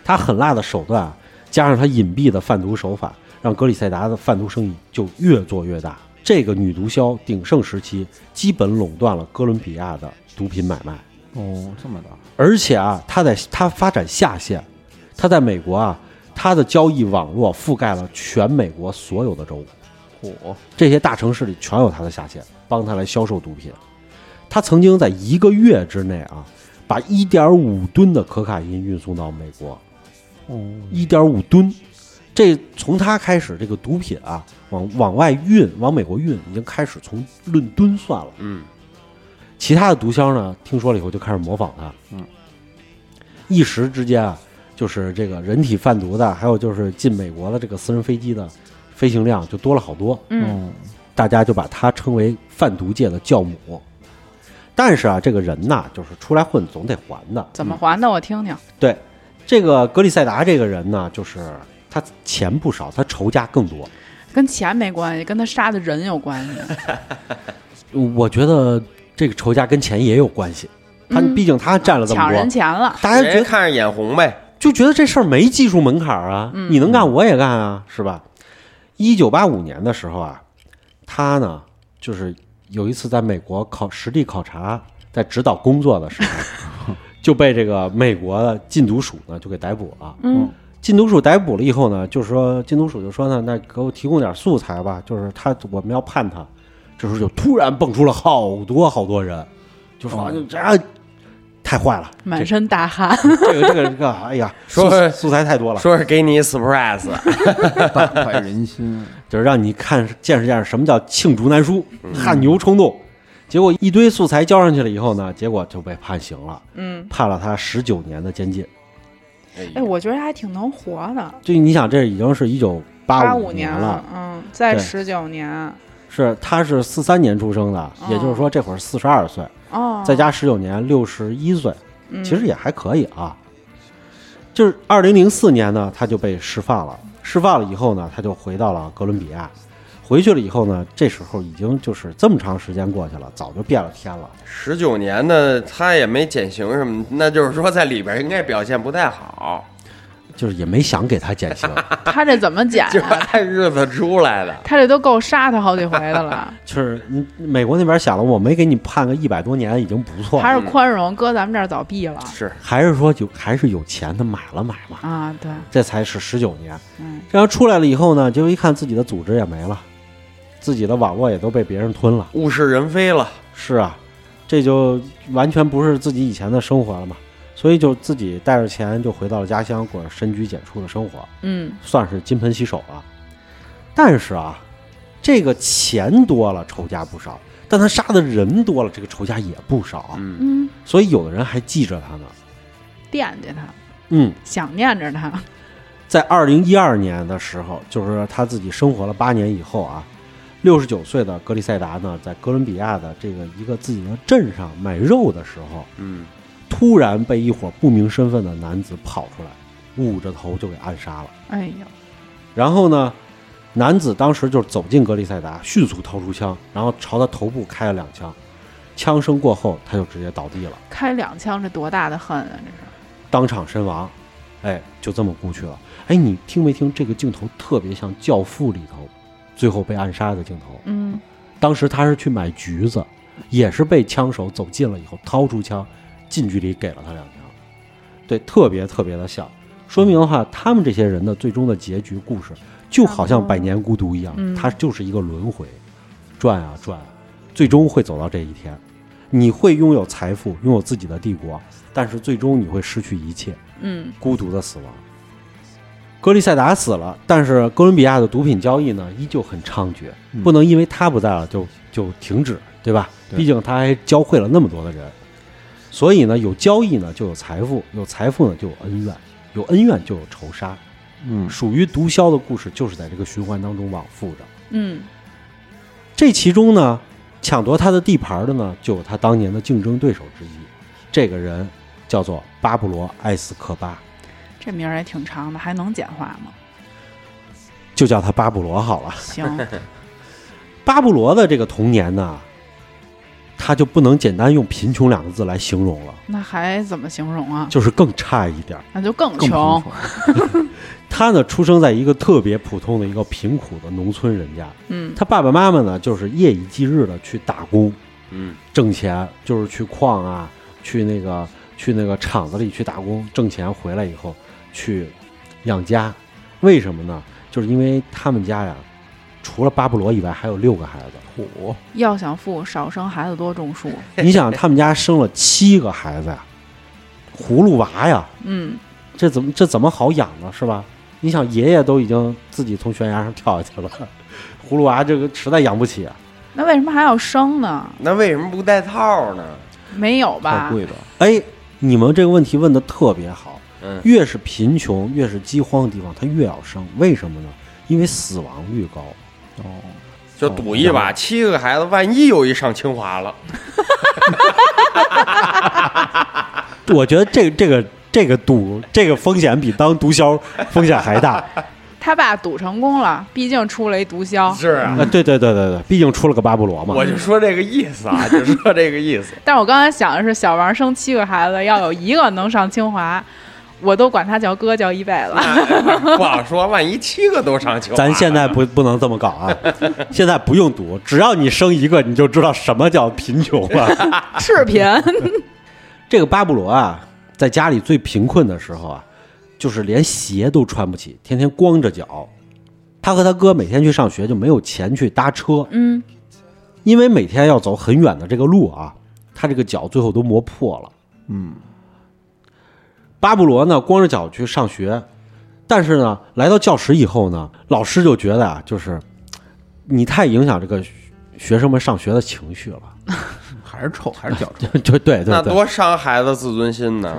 [SPEAKER 3] 他狠辣的手段，加上他隐蔽的贩毒手法，让格里塞达的贩毒生意就越做越大。这个女毒枭鼎盛时期，基本垄断了哥伦比亚的毒品买卖。
[SPEAKER 1] 哦，这么大，
[SPEAKER 3] 而且啊，他在他发展下线，他在美国啊，他的交易网络覆盖了全美国所有的州，
[SPEAKER 1] 嚯，
[SPEAKER 3] 这些大城市里全有他的下线，帮他来销售毒品。他曾经在一个月之内啊，把一点五吨的可卡因运送到美国，
[SPEAKER 1] 哦，
[SPEAKER 3] 一点五吨。这从他开始，这个毒品啊，往往外运，往美国运，已经开始从论吨算了。
[SPEAKER 4] 嗯，
[SPEAKER 3] 其他的毒枭呢，听说了以后就开始模仿他。
[SPEAKER 1] 嗯，
[SPEAKER 3] 一时之间啊，就是这个人体贩毒的，还有就是进美国的这个私人飞机的飞行量就多了好多。
[SPEAKER 2] 嗯，
[SPEAKER 1] 哦，
[SPEAKER 3] 大家就把他称为贩毒界的教母。但是啊，这个人呐，就是出来混总得还的。
[SPEAKER 2] 怎么还的？我听听。
[SPEAKER 3] 对，这个格里塞达这个人呢，就是他钱不少，他仇家更多。
[SPEAKER 2] 跟钱没关系，跟他杀的人有关系。
[SPEAKER 3] 我觉得这个仇家跟钱也有关系，他
[SPEAKER 2] 嗯
[SPEAKER 3] 毕竟他占了 这么
[SPEAKER 2] 抢
[SPEAKER 3] 多
[SPEAKER 2] 人，钱了，
[SPEAKER 3] 大家觉
[SPEAKER 4] 人
[SPEAKER 3] 得
[SPEAKER 4] 家看着眼红呗，
[SPEAKER 3] 就觉得这事儿没技术门槛儿啊，你能干我也干啊，是吧？一九八五年的时候啊，他呢，就是有一次在美国考实地考察，在指导工作的时候，就被这个美国的禁毒署呢就给逮捕了。
[SPEAKER 2] 嗯，
[SPEAKER 3] 禁毒署逮捕了以后呢，就是说禁毒署就说呢，那给我提供点素材吧，就是他我们要判他。这时候就突然蹦出了好多好多人，就说啊这、啊太坏了，
[SPEAKER 2] 满身大汗，
[SPEAKER 3] 这个这个这个，哎呀，素
[SPEAKER 4] 说
[SPEAKER 3] 素材太多了，
[SPEAKER 4] 说是给你 surprise，
[SPEAKER 1] 大快人心。
[SPEAKER 3] 就是让你看见识见识什么叫罄竹难书、
[SPEAKER 4] 嗯
[SPEAKER 3] 汗牛充栋。结果一堆素材交上去了以后呢，结果就被判刑了，
[SPEAKER 2] 嗯，
[SPEAKER 3] 判了他十九年的监禁。
[SPEAKER 2] 哎，我觉得还挺能活的，
[SPEAKER 3] 就你想，这已经是一九八
[SPEAKER 2] 五
[SPEAKER 3] 年
[SPEAKER 2] 了，嗯，再
[SPEAKER 3] 对
[SPEAKER 2] 十九年，
[SPEAKER 3] 是他是四三年出生的，也就是说这会儿四十二岁，
[SPEAKER 2] 哦，
[SPEAKER 3] 再加十九年六十一岁，
[SPEAKER 2] 嗯
[SPEAKER 3] 其实也还可以啊。就是二零零四年呢，他就被释放了，释放了以后呢，他就回到了哥伦比亚。回去了以后呢，这时候已经就是这么长时间过去了，早就变了天了。
[SPEAKER 4] 十九年呢，他也没减刑什么，那就是说在里边应该表现不太好，
[SPEAKER 3] 就是也没想给他 减刑，
[SPEAKER 2] 他这怎么减
[SPEAKER 4] 就是
[SPEAKER 2] 啊？
[SPEAKER 4] 按日子出来的。
[SPEAKER 2] 他这都够杀他好几回的了，
[SPEAKER 3] 就是嗯美国那边想了，我没给你判个一百多年已经不错
[SPEAKER 2] 还
[SPEAKER 3] 了，
[SPEAKER 2] 是宽容，搁咱们这儿早毙了
[SPEAKER 4] 是，
[SPEAKER 3] 还是说就还是有钱的买了买嘛，
[SPEAKER 2] 啊！对，
[SPEAKER 3] 这才是十九年。
[SPEAKER 2] 嗯
[SPEAKER 3] 然后出来了以后呢，结果一看自己的组织也没了，自己的网络也都被别人吞了。
[SPEAKER 4] 物是人非了，
[SPEAKER 3] 是啊，这就完全不是自己以前的生活了嘛。所以就自己带着钱就回到了家乡，过着深居简出的生活，
[SPEAKER 2] 嗯，
[SPEAKER 3] 算是金盆洗手了。但是啊，这个钱多了，仇家不少；但他杀的人多了，这个仇家也不少啊。
[SPEAKER 4] 嗯，
[SPEAKER 2] 嗯，
[SPEAKER 3] 所以有的人还记着他呢。
[SPEAKER 2] 惦记他，
[SPEAKER 3] 嗯，
[SPEAKER 2] 想念着他，
[SPEAKER 3] 在二零一二年的时候，就是他自己生活了八年以后啊，六十九岁的格里塞达呢，在哥伦比亚的这个一个自己的镇上买肉的时候，
[SPEAKER 4] 嗯，
[SPEAKER 3] 突然被一伙不明身份的男子跑出来，捂着头就给暗杀了。
[SPEAKER 2] 哎呦，
[SPEAKER 3] 然后呢，男子当时就走进格里塞达，迅速掏出枪，然后朝他头部开了两枪，枪声过后，他就直接倒地了。
[SPEAKER 2] 开两枪，这多大的恨啊！这是，
[SPEAKER 3] 当场身亡，哎，就这么过去了。哎，你听没听这个镜头特别像《教父》里头最后被暗杀的镜头？
[SPEAKER 2] 嗯，
[SPEAKER 3] 当时他是去买橘子，也是被枪手走近了以后掏出枪，近距离给了他两枪，对，特别特别的像。说明的话，他们这些人的最终的结局故事，就好像《百年孤独》一样，
[SPEAKER 2] 嗯
[SPEAKER 3] 它就是一个轮回，转啊转啊，最终会走到这一天。你会拥有财富，拥有自己的帝国，但是最终你会失去一切，
[SPEAKER 2] 嗯，
[SPEAKER 3] 孤独的死亡。格利塞达死了，但是哥伦比亚的毒品交易呢依旧很猖獗，
[SPEAKER 1] 嗯
[SPEAKER 3] 不能因为他不在了就就停止，对吧？
[SPEAKER 1] 对
[SPEAKER 3] 毕竟他还教会了那么多的人，所以呢，有交易呢就有财富，有财富呢就有恩怨，有恩怨就有仇杀。
[SPEAKER 1] 嗯，
[SPEAKER 3] 属于毒枭的故事就是在这个循环当中往复着。
[SPEAKER 2] 嗯，
[SPEAKER 3] 这其中呢，抢夺他的地盘的呢，就有他当年的竞争对手之一，这个人叫做巴布罗·埃斯科巴。
[SPEAKER 2] 这名儿也挺长的，还能简化吗？
[SPEAKER 3] 就叫他巴布罗好了。
[SPEAKER 2] 行，
[SPEAKER 3] 巴布罗的这个童年呢，他就不能简单用贫穷两个字来形容了，
[SPEAKER 2] 那还怎么形容啊？
[SPEAKER 3] 就是更差一点儿。
[SPEAKER 2] 那就更
[SPEAKER 1] 更
[SPEAKER 2] 穷
[SPEAKER 1] 平，凡
[SPEAKER 3] 他呢，出生在一个特别普通的一个贫苦的农村人家，
[SPEAKER 2] 嗯
[SPEAKER 3] 他爸爸妈妈呢，就是夜以继日的去打工
[SPEAKER 4] 嗯，
[SPEAKER 3] 挣钱，就是去矿啊，去那个去那个厂子里去打工挣钱，回来以后去养家。为什么呢？就是因为他们家呀，除了巴布罗以外，还有六个孩子。
[SPEAKER 1] 苦，
[SPEAKER 2] 要想富，少生孩子，多种树。
[SPEAKER 3] 你想，他们家生了七个孩子呀，葫芦娃呀，
[SPEAKER 2] 嗯，
[SPEAKER 3] 这怎么这怎么好养呢？是吧？你想，爷爷都已经自己从悬崖上跳下去了， 葫芦娃这个实在养不起啊。
[SPEAKER 2] 那为什么还要生呢？
[SPEAKER 4] 那为什么不带套呢？
[SPEAKER 2] 没有
[SPEAKER 1] 太
[SPEAKER 2] 吧？
[SPEAKER 1] 贵了。
[SPEAKER 3] 哎，你们这个问题问的特别好，
[SPEAKER 4] 嗯，
[SPEAKER 3] 越是贫穷、越是饥荒的地方，他越要生，为什么呢？因为死亡率高。
[SPEAKER 1] 哦，
[SPEAKER 4] 就赌
[SPEAKER 3] 哦
[SPEAKER 4] 一把，七个孩子，万一有一上清华了，
[SPEAKER 3] 我觉得这这个这个赌这个风险比当毒枭风险还大。
[SPEAKER 2] 他爸赌成功了，毕竟出了一毒枭。
[SPEAKER 4] 是 啊，
[SPEAKER 3] 啊，对对对对对，毕竟出了个巴布罗嘛。
[SPEAKER 4] 我就说这个意思啊，就 说这个意思。
[SPEAKER 2] 但是我刚才想的是，小王生七个孩子，要有一个能上清华，我都管他叫哥叫一辈子了。
[SPEAKER 4] 那不好说，万一七个都上清华
[SPEAKER 3] 咱
[SPEAKER 4] 了，
[SPEAKER 3] 现在不不能这么搞啊！现在不用赌，只要你生一个，你就知道什么叫贫穷了。
[SPEAKER 2] 视频
[SPEAKER 3] 嗯这个巴布罗啊，在家里最贫困的时候啊，就是连鞋都穿不起，天天光着脚。他和他哥每天去上学就没有钱去搭车，
[SPEAKER 2] 嗯，
[SPEAKER 3] 因为每天要走很远的这个路啊，他这个脚最后都磨破了。
[SPEAKER 1] 嗯，
[SPEAKER 3] 巴布罗呢，光着脚去上学，但是呢，来到教室以后呢，老师就觉得啊，就是嘖你太影响这个学学生们上学的情绪了，
[SPEAKER 1] 还是臭，还是 脚臭。
[SPEAKER 3] 就对对
[SPEAKER 4] 那
[SPEAKER 3] 对，
[SPEAKER 4] 多伤孩子自尊心呢，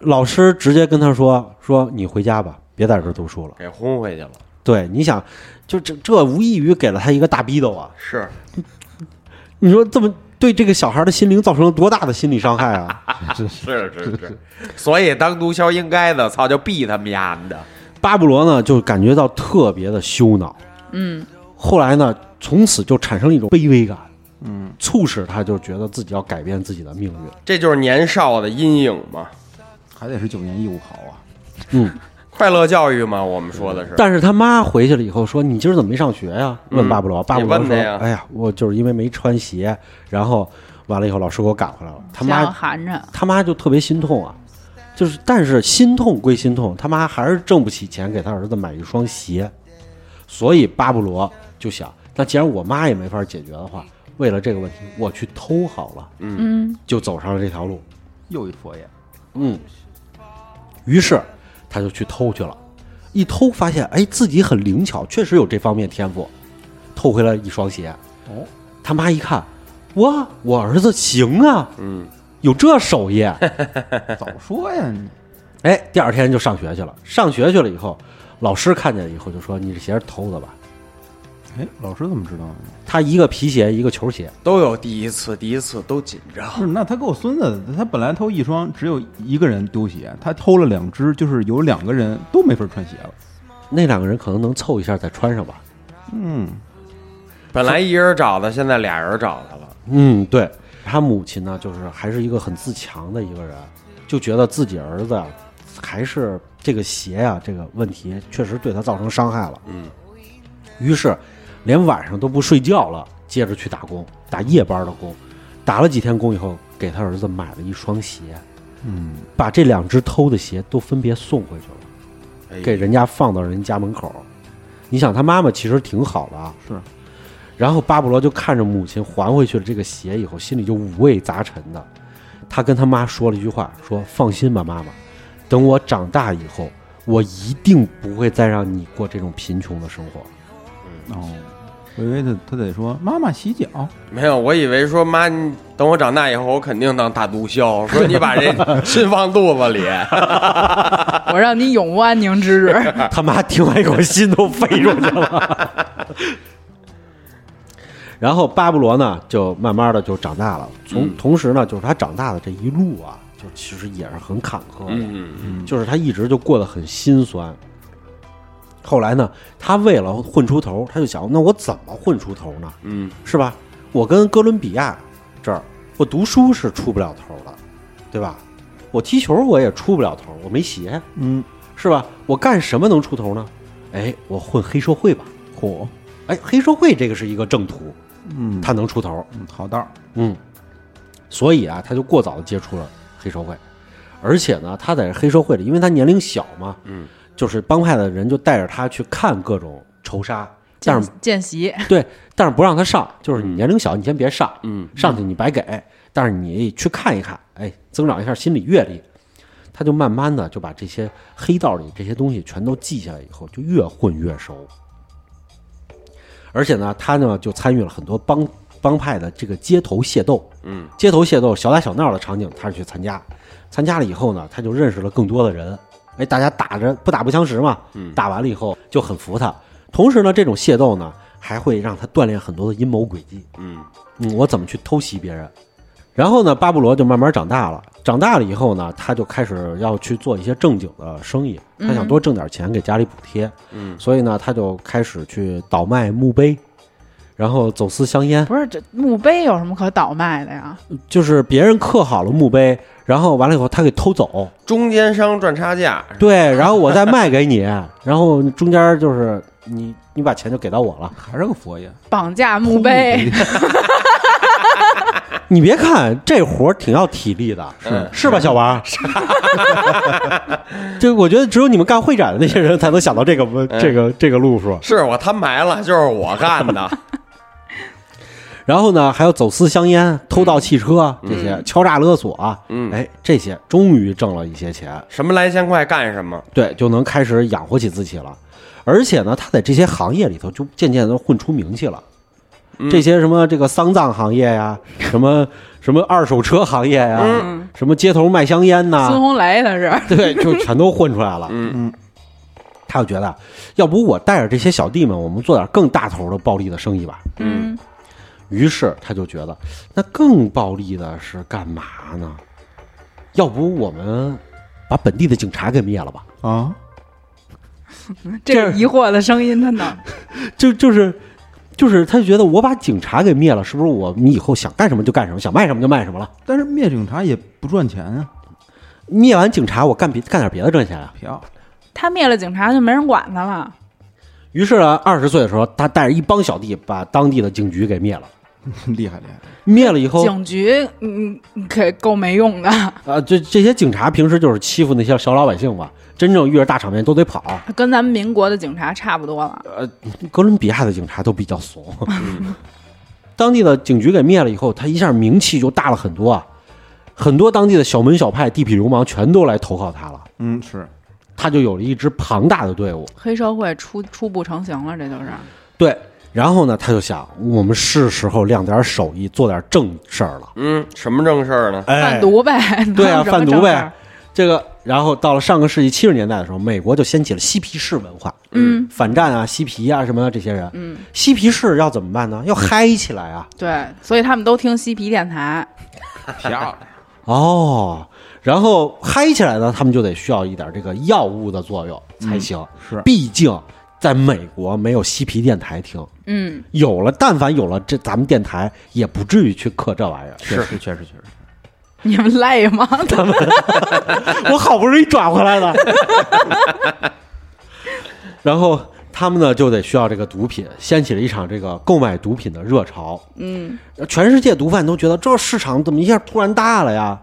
[SPEAKER 3] 老师直接跟他说说你回家吧，别在这儿读书了。
[SPEAKER 4] 给轰回去了。
[SPEAKER 3] 对，你想，就这这无异于给了他一个大逼斗啊！
[SPEAKER 4] 是，
[SPEAKER 3] 你说这么对这个小孩的心灵造成了多大的心理伤害啊！
[SPEAKER 4] 是是是， 所以当毒枭应该的，操就毙他们丫的！
[SPEAKER 3] 巴布罗呢，就感觉到特别的羞恼。嗯，后来呢，从此就产生了一种卑微感。嗯，促使他就觉得自己要改变自己的命运。
[SPEAKER 4] 这就是年少的阴影嘛，
[SPEAKER 1] 还得是九年义务考啊，
[SPEAKER 3] 嗯，
[SPEAKER 4] 快乐教育嘛，我们说的是。
[SPEAKER 3] 但是他妈回去了以后说：“你今儿怎么没上学呀？”问巴布罗，巴布罗
[SPEAKER 4] 你
[SPEAKER 3] 说
[SPEAKER 4] 嗯问的呀：“
[SPEAKER 3] 哎呀，我就是因为没穿鞋，然后完了以后老师给我赶回来了。”他妈
[SPEAKER 2] 想含着，
[SPEAKER 3] 他妈就特别心痛啊，就是但是心痛归心痛，他妈还是挣不起钱给他儿子买一双鞋，所以巴布罗就想，那既然我妈也没法解决的话，为了这个问题，我去偷好了，
[SPEAKER 2] 嗯，
[SPEAKER 3] 就走上了这条路。
[SPEAKER 1] 又一佛爷。
[SPEAKER 3] 嗯，于是他就去偷去了，一偷发现，哎，自己很灵巧，确实有这方面天赋，偷回来一双鞋。
[SPEAKER 1] 哦，
[SPEAKER 3] 他妈一看，哇，我儿子行啊，
[SPEAKER 4] 嗯，
[SPEAKER 3] 有这手艺。
[SPEAKER 1] 早说呀你！
[SPEAKER 3] 哎，第二天就上学去了。上学去了以后，老师看见以后就说：“你这鞋是偷的吧
[SPEAKER 1] 哎，老师怎么知道呢？？”
[SPEAKER 3] 他一个皮鞋，一个球鞋。
[SPEAKER 4] 都有第一次，第一次都紧张。
[SPEAKER 1] 不是，那他给我孙子，他本来偷一双，只有一个人丢鞋，他偷了两只，就是有两个人都没法穿鞋了。
[SPEAKER 3] 那两个人可能能凑一下再穿上吧。
[SPEAKER 1] 嗯，
[SPEAKER 4] 本来一人找他，现在俩人找他了。
[SPEAKER 3] 嗯，对他母亲呢，就是还是一个很自强的一个人，就觉得自己儿子啊还是这个鞋呀、这个问题确实对他造成伤害了。
[SPEAKER 4] 嗯，
[SPEAKER 3] 于是连晚上都不睡觉了，接着去打工，打夜班的工。打了几天工以后，给他儿子买了一双鞋。
[SPEAKER 1] 嗯，
[SPEAKER 3] 把这两只偷的鞋都分别送回去了，
[SPEAKER 4] 哎
[SPEAKER 3] 给人家放到人家门口。你想，他妈妈其实挺好的啊。
[SPEAKER 1] 是。
[SPEAKER 3] 然后巴布罗就看着母亲还回去了这个鞋以后，心里就五味杂陈的。他跟他妈说了一句话，说：“放心吧，妈妈，等我长大以后，我一定不会再让你过这种贫穷的生活。
[SPEAKER 1] 哦，我以为他他得说妈妈洗脚，
[SPEAKER 4] 没有，我以为说妈，你等我长大以后，我肯定当大毒 枭。说你把这心放肚子 里，
[SPEAKER 2] 嗯我让你永无安宁之日。”
[SPEAKER 3] 他妈听完以后心都飞出去了。然后巴布罗呢，就慢慢的就长大了。从、同时呢，就是他长大的这一路啊，就其实也是很坎坷的，
[SPEAKER 4] 嗯，
[SPEAKER 3] 就是他一直就过得很心酸。后来呢，他为了混出头，他就想，那我怎么混出头呢？
[SPEAKER 4] 嗯，
[SPEAKER 3] 是吧？我跟哥伦比亚这儿，我读书是出不了头的，对吧？我踢球我也出不了头，我没鞋，
[SPEAKER 1] 嗯，
[SPEAKER 3] 是吧？我干什么能出头呢？哎，我混黑社会吧。
[SPEAKER 1] 火，
[SPEAKER 3] 哎，黑社会这个是一个正途，
[SPEAKER 1] 嗯，
[SPEAKER 3] 他能出头。
[SPEAKER 1] 嗯好道儿，
[SPEAKER 3] 嗯，所以啊，他就过早的接触了黑社会，而且呢，他在黑社会里，因为他年龄小嘛，
[SPEAKER 4] 嗯，
[SPEAKER 3] 就是帮派的人就带着他去看各种仇杀，但
[SPEAKER 2] 见
[SPEAKER 3] 是
[SPEAKER 2] 见习，
[SPEAKER 3] 对，但是不让他上，就是你年龄小，你先别上，
[SPEAKER 4] 嗯，
[SPEAKER 3] 上去你白给，但是你去看一看，哎，增长一下心理阅历。他就慢慢的就把这些黑道里这些东西全都记下来以后，就越混越熟。而且呢，他呢就参与了很多帮帮派的这个街头械斗，
[SPEAKER 4] 嗯，
[SPEAKER 3] 街头械斗小打小闹的场景，他是去参加。参加了以后呢，他就认识了更多的人。哎，大家打着不打不相识嘛，
[SPEAKER 4] 嗯
[SPEAKER 3] 打完了以后就很服他。同时呢，这种械斗呢，还会让他锻炼很多的阴谋诡计。
[SPEAKER 4] 嗯，
[SPEAKER 3] 嗯，我怎么去偷袭别人？然后呢，巴布罗就慢慢长大了。长大了以后呢，他就开始要去做一些正经的生意，他想多挣点钱给家里补贴。
[SPEAKER 4] 嗯，
[SPEAKER 3] 所以呢，他就开始去倒卖墓碑，然后走私香烟，
[SPEAKER 2] 不是这墓碑有什么可倒卖的呀？
[SPEAKER 3] 就是别人刻好了墓碑，然后完了以后他给偷走，
[SPEAKER 4] 中间商赚差价，
[SPEAKER 3] 对，然后我再卖给你， 然后中间就是你你把钱就给到我 了。
[SPEAKER 1] 还是个佛爷，
[SPEAKER 2] 绑架墓碑，
[SPEAKER 3] 你别看这活儿挺要体力的，
[SPEAKER 4] 是
[SPEAKER 3] 嗯是吧，小王？ 就我觉得只有你们干会展的那些人才能想到这个这个这个路数。
[SPEAKER 4] 是我摊牌了，就是我干 的。
[SPEAKER 3] 然后呢，还有走私香烟、偷盗汽车这些，敲诈勒索啊，
[SPEAKER 4] 嗯
[SPEAKER 3] 哎，这些终于挣了一些钱，
[SPEAKER 4] 什么来钱快干什么，
[SPEAKER 3] 对，就能开始养活起自己了。而且呢，他在这些行业里头就渐渐的混出名气了。这些什么这个丧葬行业呀，什么什么二手车行业呀，
[SPEAKER 4] 嗯
[SPEAKER 3] 什么街头卖香烟呐、
[SPEAKER 2] 孙红雷他是，
[SPEAKER 3] 对，就全都混出来了。
[SPEAKER 4] 嗯
[SPEAKER 3] 他就觉得，要不我带着这些小弟们，我们做点更大头的暴利的生意吧。
[SPEAKER 2] 嗯，
[SPEAKER 3] 于是他就觉得，那更暴力的是干嘛呢？要不我们把本地的警察给灭了吧？
[SPEAKER 1] 啊，
[SPEAKER 2] 嗯这个疑惑的声音真的，
[SPEAKER 3] 就就是就是，他就觉得我把警察给灭了，是不是我们以后想干什么就干什么，想卖什么就卖什么了？
[SPEAKER 1] 但是灭警察也不赚钱啊，
[SPEAKER 3] 灭完警察，我干别干点别的赚钱啊。
[SPEAKER 1] 票
[SPEAKER 2] 他灭了警察就没人管他了，
[SPEAKER 3] 于是呢，二十岁的时候，他带着一帮小弟把当地的警局给灭了。
[SPEAKER 1] 厉害厉害，
[SPEAKER 3] 灭了以后，
[SPEAKER 2] 警局嗯可够没用的，
[SPEAKER 3] 啊，这这些警察平时就是欺负那些小老百姓吧，真正遇着大场面都得跑。
[SPEAKER 2] 跟咱们民国的警察差不多了，
[SPEAKER 3] 哥伦比亚的警察都比较怂， 当地的警局给灭了以后，他一下名气就大了很多啊，很多当地的小门小派、地痞流氓全都来投靠他了，
[SPEAKER 1] 嗯是，
[SPEAKER 3] 他就有了一支庞大的队伍。
[SPEAKER 2] 黑社会初初步成型了，这就是
[SPEAKER 3] 对，然后呢，他就想，我们是时候亮点手艺，做点正事儿了。
[SPEAKER 4] 嗯，什么正事儿呢？
[SPEAKER 3] 哎，
[SPEAKER 2] 贩 毒呗，
[SPEAKER 3] 对啊
[SPEAKER 2] 哪有什么
[SPEAKER 3] 贩毒
[SPEAKER 2] 正事
[SPEAKER 3] 呗
[SPEAKER 2] 儿，
[SPEAKER 3] 这个，然后到了上个世纪七十年代的时候，美国就掀起了嬉皮士文化，
[SPEAKER 2] 嗯，
[SPEAKER 3] 反战啊、嬉皮啊什么的这些人，嗯，嬉皮士要怎么办呢？要嗨起来啊！
[SPEAKER 2] 对，所以他们都听嬉皮电台，
[SPEAKER 1] 漂亮，
[SPEAKER 3] 哦，然后嗨起来呢，他们就得需要一点这个药物的作用才行，
[SPEAKER 1] 是
[SPEAKER 3] 毕竟在美国没有嬉皮电台听，
[SPEAKER 2] 嗯，
[SPEAKER 3] 有了，但凡有了这咱们电台，也不至于去嗑这玩意儿。
[SPEAKER 1] 确实确实确实，
[SPEAKER 2] 你们累吗？
[SPEAKER 3] 我好不容易转回来了。 然后他们呢就得需要这个毒品，掀起了一场这个购买毒品的热潮。呃
[SPEAKER 2] 嗯，
[SPEAKER 3] 全世界毒贩都觉得这市场怎么一下突然大了呀？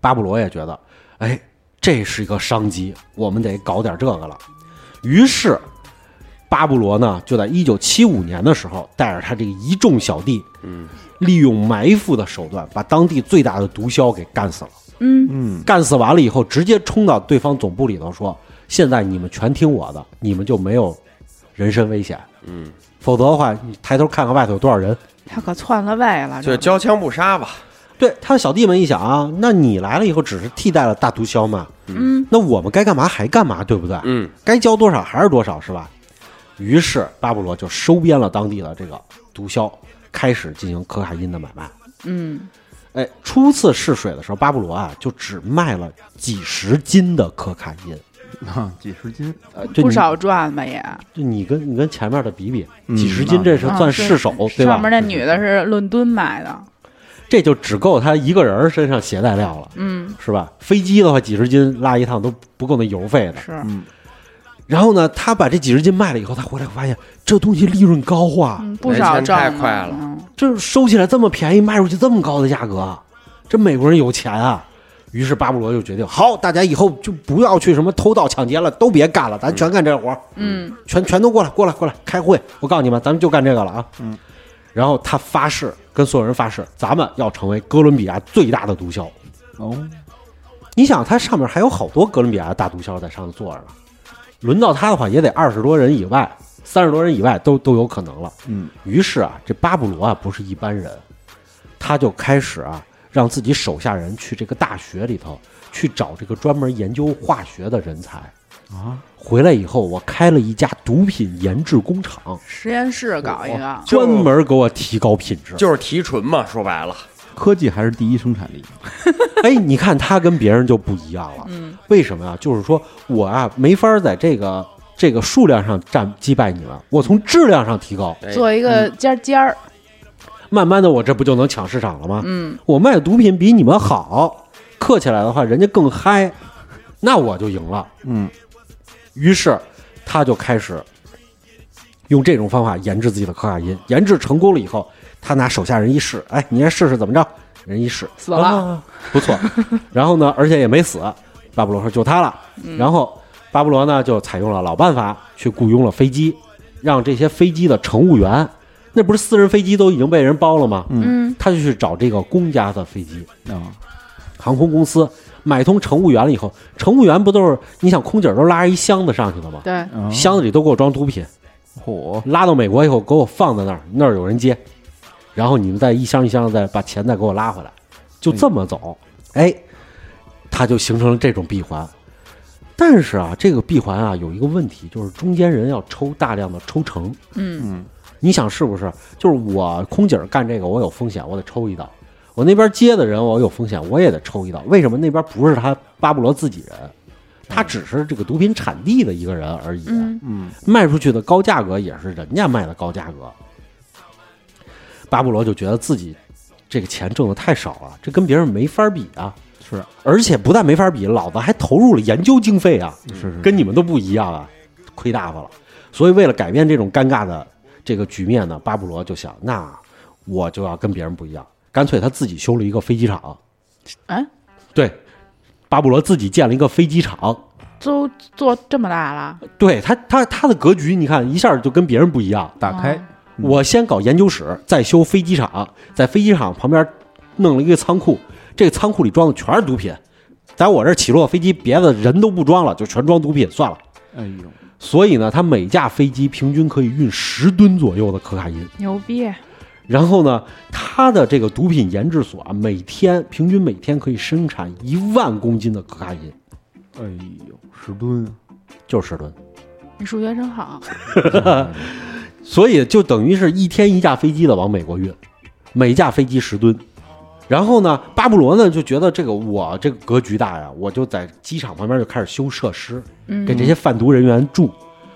[SPEAKER 3] 巴布罗也觉得，哎，这是一个商机，我们得搞点这个了。于是，巴布罗呢就在一九七五年的时候，带着他这个一众小弟，嗯，利用埋伏的手段，把当地最大的毒枭给干死了。嗯，干死完了以后，直接冲到对方总部里头说：“现在你们全听我的，你们就没有人身危险。”嗯，否则的话，你抬头看看外头有多少人。
[SPEAKER 2] 他可篡了位了，
[SPEAKER 4] 就
[SPEAKER 2] 这
[SPEAKER 4] 交枪不杀吧。
[SPEAKER 3] 对他的小弟们一想啊，那你来了以后只是替代了大毒枭嘛，嗯，那我们该干嘛还干嘛，对不对？
[SPEAKER 4] 嗯，
[SPEAKER 3] 该交多少还是多少，是吧？于是巴布罗就收编了当地的这个毒枭，开始进行可卡因的买卖。
[SPEAKER 2] 嗯，
[SPEAKER 3] 哎，初次试水的时候，巴布罗啊就只卖了几十斤的可卡因，
[SPEAKER 1] 啊几十斤，
[SPEAKER 3] 呃，就
[SPEAKER 2] 不
[SPEAKER 3] 你
[SPEAKER 2] 少赚吧也。
[SPEAKER 3] 就你跟你跟前面的比比，
[SPEAKER 1] 嗯
[SPEAKER 3] 几十斤
[SPEAKER 1] 那
[SPEAKER 3] 这是
[SPEAKER 2] 啊
[SPEAKER 3] 算
[SPEAKER 2] 对
[SPEAKER 3] 试手，对吧
[SPEAKER 2] 上面？那女的是伦敦买的，
[SPEAKER 3] 这就只够他一个人儿身上携带量了，
[SPEAKER 2] 嗯，
[SPEAKER 3] 是吧？飞机的话，几十斤拉一趟都不够那油费的。
[SPEAKER 2] 是，
[SPEAKER 3] 然后呢，他把这几十斤卖了以后，他回来发现这东西利润高啊，
[SPEAKER 2] 嗯，不少挣呢
[SPEAKER 4] 来钱太快了
[SPEAKER 2] 嗯
[SPEAKER 3] 这收起来这么便宜，卖出去这么高的价格，啊这美国人有钱啊。于是巴布罗就决定，好，大家以后就不要去什么偷盗抢劫了，都别干了，咱全干这活儿。
[SPEAKER 2] 嗯，
[SPEAKER 3] 全全都过来，过来，过来开会。我告诉你们，咱们就干这个了啊。嗯。然后他发誓，跟所有人发誓，咱们要成为哥伦比亚最大的毒枭。
[SPEAKER 1] 哦，
[SPEAKER 3] 你想，他上面还有好多哥伦比亚的大毒枭在上面坐着呢，轮到他的话，也得二十多人以外，三十多人以外都都有可能了。
[SPEAKER 1] 嗯，
[SPEAKER 3] 于是啊，这巴布罗啊不是一般人，他就开始啊让自己手下人去这个大学里头去找这个专门研究化学的人才。
[SPEAKER 1] 啊，
[SPEAKER 3] 回来以后，我开了一家毒品研制工厂，
[SPEAKER 2] 实验室搞一个，
[SPEAKER 3] 专门给我提高品质。
[SPEAKER 4] 就是提纯嘛，说白 了，
[SPEAKER 1] 科技还是第一生产力，
[SPEAKER 3] 哎，你看他跟别人就不一样了，为什么呀？就是说我啊没法在这个这个数量上占击败你了，我从质量上提高，
[SPEAKER 4] 哎
[SPEAKER 2] 做一个
[SPEAKER 3] 嗯
[SPEAKER 2] 尖尖儿，
[SPEAKER 3] 慢慢的我这不就能抢市场了吗？
[SPEAKER 2] 嗯，
[SPEAKER 3] 我卖的毒品比你们好，克起来的话，人家更嗨，那我就赢了。
[SPEAKER 1] 嗯
[SPEAKER 3] 于是他就开始用这种方法研制自己的可卡因，研制成功了以后，他拿手下人一试，哎，你先试试怎么着？人一试
[SPEAKER 2] 死了
[SPEAKER 3] 啊不错。 然后呢，而且也没死，巴布罗说就他了。
[SPEAKER 2] 嗯
[SPEAKER 3] 然后巴布罗呢就采用了老办法，去雇佣了飞机，让这些飞机的乘务员，那不是私人飞机都已经被人包了吗？
[SPEAKER 2] 嗯
[SPEAKER 3] 他就去找这个公家的飞机，
[SPEAKER 1] 啊，
[SPEAKER 3] 航空公司买通乘务员了以后，乘务员不都是你想空姐儿都拉着一箱子上去的吗？
[SPEAKER 2] 对，
[SPEAKER 1] 啊
[SPEAKER 3] 箱子里都给我装毒品，
[SPEAKER 1] 火
[SPEAKER 3] 拉到美国以后给我放在那儿，那儿有人接，然后你们再一箱一箱再把钱再给我拉回来，就这么走，哎，它就形成了这种闭环。但是啊，这个闭环啊有一个问题，就是中间人要抽大量的抽成。
[SPEAKER 2] 嗯
[SPEAKER 3] 你想是不是？就是我空姐儿干这个，我有风险，我得抽一刀；我那边接的人，我有风险，我也得抽一刀。为什么那边不是他巴布罗自己人？他只是这个毒品产地的一个人而已，啊
[SPEAKER 2] 嗯
[SPEAKER 1] 嗯
[SPEAKER 3] 卖出去的高价格也是人家卖的高价格。巴布罗就觉得自己这个钱挣的太少了，这跟别人没法比啊！
[SPEAKER 1] 是
[SPEAKER 3] 而且不但没法比，老子还投入了研究经费啊！
[SPEAKER 1] 是是
[SPEAKER 3] 跟你们都不一样啊，亏大发了。所以为了改变这种尴尬的这个局面呢，巴布罗就想，那我就要跟别人不一样，干脆他自己修了一个飞机场。
[SPEAKER 2] 哎，
[SPEAKER 3] 对，巴布罗自己建了一个飞机场。
[SPEAKER 2] 都做这么大了，
[SPEAKER 3] 对他，他他的格局，你看一下就跟别人不一样。
[SPEAKER 1] 打开
[SPEAKER 2] 哦
[SPEAKER 1] 嗯
[SPEAKER 3] 我先搞研究室，再修飞机场，在飞机场旁边弄了一个仓库，这个仓库里装的全是毒品。在我这儿起落飞机，别的人都不装了，就全装毒品算了。
[SPEAKER 1] 哎呦
[SPEAKER 3] 所以呢，它每架飞机平均可以运十吨左右的可卡因。
[SPEAKER 2] 牛逼，
[SPEAKER 3] 然后呢，它的这个毒品研制所啊，每天平均每天可以生产一万公斤的可卡因，
[SPEAKER 1] 哎呦十吨啊，
[SPEAKER 3] 就是十吨。
[SPEAKER 2] 你数学真 好，
[SPEAKER 3] 所以就等于是一天一架飞机的往美国运，每架飞机十吨。然后呢，巴布罗呢就觉得这个我这个格局大呀，我就在机场旁边就开始修设施，
[SPEAKER 2] 嗯
[SPEAKER 3] 给这些贩毒人员住，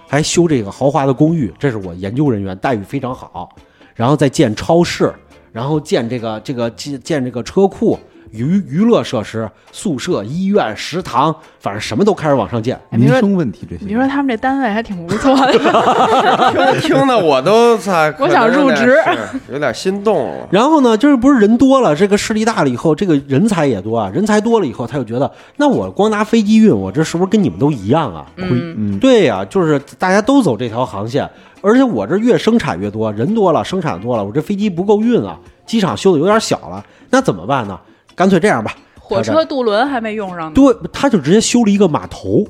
[SPEAKER 3] 还修这个豪华的公寓，这是我研究人员待遇非常好。然后再建超市，然后建这个这个建建这个车库、娱娱乐设施、宿舍、医院、食堂，反正什么都开始往上建。
[SPEAKER 2] 哎
[SPEAKER 1] 民
[SPEAKER 2] 别说
[SPEAKER 1] 生问题这些，
[SPEAKER 2] 你说他们这单位还挺不错 的，
[SPEAKER 4] 听听的 我都操，
[SPEAKER 2] 我想入职
[SPEAKER 4] 可能有点是有点心动了。
[SPEAKER 3] 然后呢，就是不是人多了，这个势力大了以后，这个人才也多啊，人才多了以后，他就觉得，那我光拿飞机运，我这是不是跟你们都一样啊？
[SPEAKER 1] 亏嗯
[SPEAKER 3] 对呀、就是大家都走这条航线，而且我这越生产越多，人多了，生产多了，我这飞机不够运啊，机场修的有点小了，那怎么办呢？干脆这样吧，
[SPEAKER 2] 火车渡轮还没用上呢，
[SPEAKER 3] 对，他就直接修了一个码头，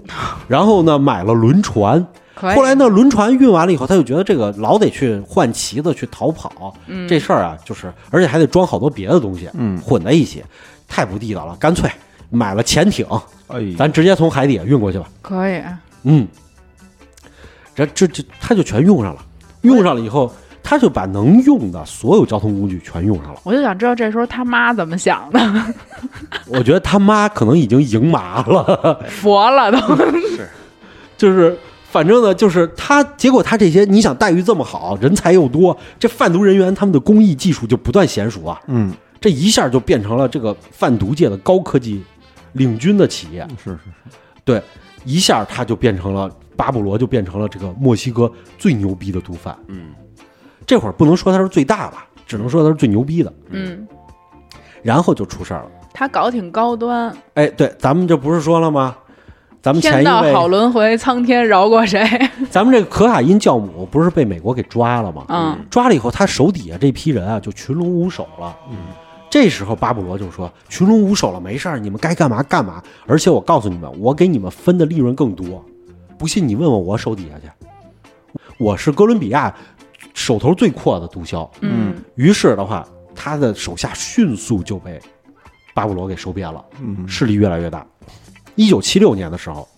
[SPEAKER 3] 然后呢买了轮船，
[SPEAKER 2] 可以
[SPEAKER 3] 后来呢，轮船运完了以后，他就觉得这个老得去换旗子去逃跑，这事儿啊，就是而且还得装好多别的东西，
[SPEAKER 1] 嗯
[SPEAKER 3] 混在一起，太不地道了。干脆买了潜艇，
[SPEAKER 1] 哎呦
[SPEAKER 3] 咱直接从海底运过去吧。
[SPEAKER 2] 可以，
[SPEAKER 3] 嗯，这这这，他就全用上了。用上了以后，他就把能用的所有交通工具全用上了。
[SPEAKER 2] 我就想知道这时候他妈怎么想的，
[SPEAKER 3] 我觉得他妈可能已经赢麻了。
[SPEAKER 2] 佛了都，
[SPEAKER 3] 就是反正呢，就是他，结果他这些，你想待遇这么好，人才又多，这贩毒人员他们的工艺技术就不断娴熟啊，
[SPEAKER 1] 嗯
[SPEAKER 3] 这一下就变成了这个贩毒界的高科技领军的企业，
[SPEAKER 1] 是是是
[SPEAKER 3] 对，一下他就变成了巴布罗，就变成了这个墨西哥最牛逼的毒贩。
[SPEAKER 4] 嗯，
[SPEAKER 3] 这会儿不能说他是最大吧，只能说他是最牛逼的。
[SPEAKER 2] 嗯，
[SPEAKER 3] 然后就出事儿了，
[SPEAKER 2] 他搞挺高端，
[SPEAKER 3] 哎，对，咱们这不是说了吗？咱们前
[SPEAKER 2] 天
[SPEAKER 3] 一
[SPEAKER 2] 道好
[SPEAKER 3] 位，
[SPEAKER 2] 轮回，苍天饶过谁？
[SPEAKER 3] 咱们这个可卡因教母不是被美国给抓了吗？
[SPEAKER 2] 嗯，
[SPEAKER 3] 抓了以后，他手底下这批人啊就群龙无首了。嗯，这时候巴布罗就说：“群龙无首了，没事儿，你们该干嘛干嘛。而且我告诉你们，我给你们分的利润更多。不信你问问我手底下去，我是哥伦比亚手头最阔的毒枭。
[SPEAKER 2] 嗯，
[SPEAKER 3] 于是的话，他的手下迅速就被巴布罗给收编了，
[SPEAKER 1] 嗯
[SPEAKER 3] 势力越来越大。一九七六年的时候，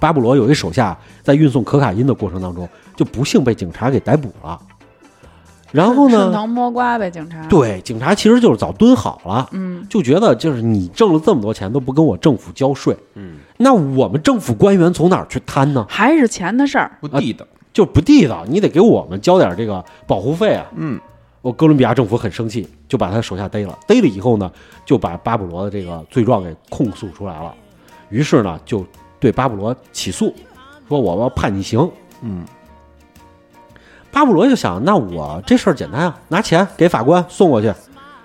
[SPEAKER 3] 巴布罗有一手下在运送可卡因的过程当中，就不幸被警察给逮捕了。然后
[SPEAKER 2] 顺
[SPEAKER 3] 呢，
[SPEAKER 2] 藤摸瓜呗，警察，
[SPEAKER 3] 对警察其实就是早蹲好了，
[SPEAKER 2] 嗯
[SPEAKER 3] 就觉得就是你挣了这么多钱都不跟我政府交税，
[SPEAKER 4] 嗯，
[SPEAKER 3] 那我们政府官员从哪儿去贪呢？
[SPEAKER 2] 还是钱的事儿。
[SPEAKER 1] 不地道。
[SPEAKER 3] 就不地道，你得给我们交点这个保护费啊。
[SPEAKER 1] 嗯，
[SPEAKER 3] 我哥伦比亚政府很生气，就把他手下逮了。逮了以后呢，就把巴布罗的这个罪状给控诉出来了。于是呢，就对巴布罗起诉，说我要判你刑。
[SPEAKER 1] 嗯，
[SPEAKER 3] 巴布罗就想，那我这事儿简单啊，拿钱给法官送过去，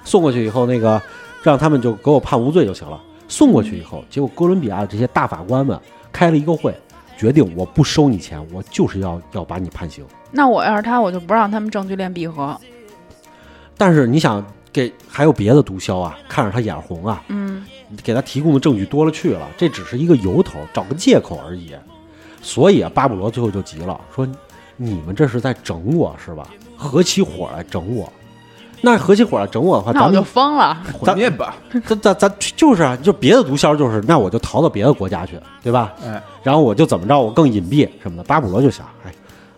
[SPEAKER 3] 送过去以后，那个让他们就给我判无罪就行了。送过去以后，结果哥伦比亚的这些大法官们开了一个会，决定我不收你钱，我就是要要把你判刑。
[SPEAKER 2] 那我要是他，我就不让他们证据链闭合。
[SPEAKER 3] 但是你想给还有别的毒枭啊，看着他眼红啊，
[SPEAKER 2] 嗯，
[SPEAKER 3] 给他提供的证据多了去了，这只是一个由头，找个借口而已。所以啊，巴布罗最后就急了，说：“你们这是在整我是吧？合起伙来整我。那合起伙来整我的话，
[SPEAKER 2] 那
[SPEAKER 3] 啊咱
[SPEAKER 2] 我就
[SPEAKER 3] 们
[SPEAKER 2] 疯了。
[SPEAKER 1] 毁灭吧，
[SPEAKER 3] 咱咱咱就是啊，就别的毒枭就是，那我就逃到别的国家去，对吧？
[SPEAKER 1] 哎，
[SPEAKER 3] 然后我就怎么着，我更隐蔽什么的。巴布罗就想，哎，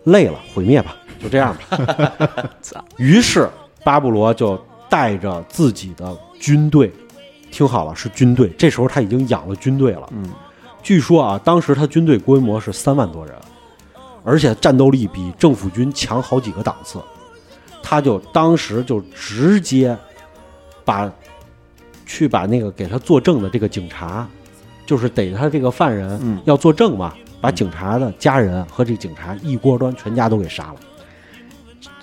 [SPEAKER 3] 累了，毁灭吧，就这样吧。 于是巴布罗就带着自己的军队，听好了，是军队。这时候他已经养了军队了。
[SPEAKER 1] 嗯，
[SPEAKER 3] 据说啊，当时他军队规模是三万多人，而且战斗力比政府军强好几个档次。他就当时就直接把去把那个给他作证的这个警察，就是逮他这个犯人
[SPEAKER 1] 嗯
[SPEAKER 3] 要作证嘛，把警察的家人和这警察一锅端，全家都给杀了。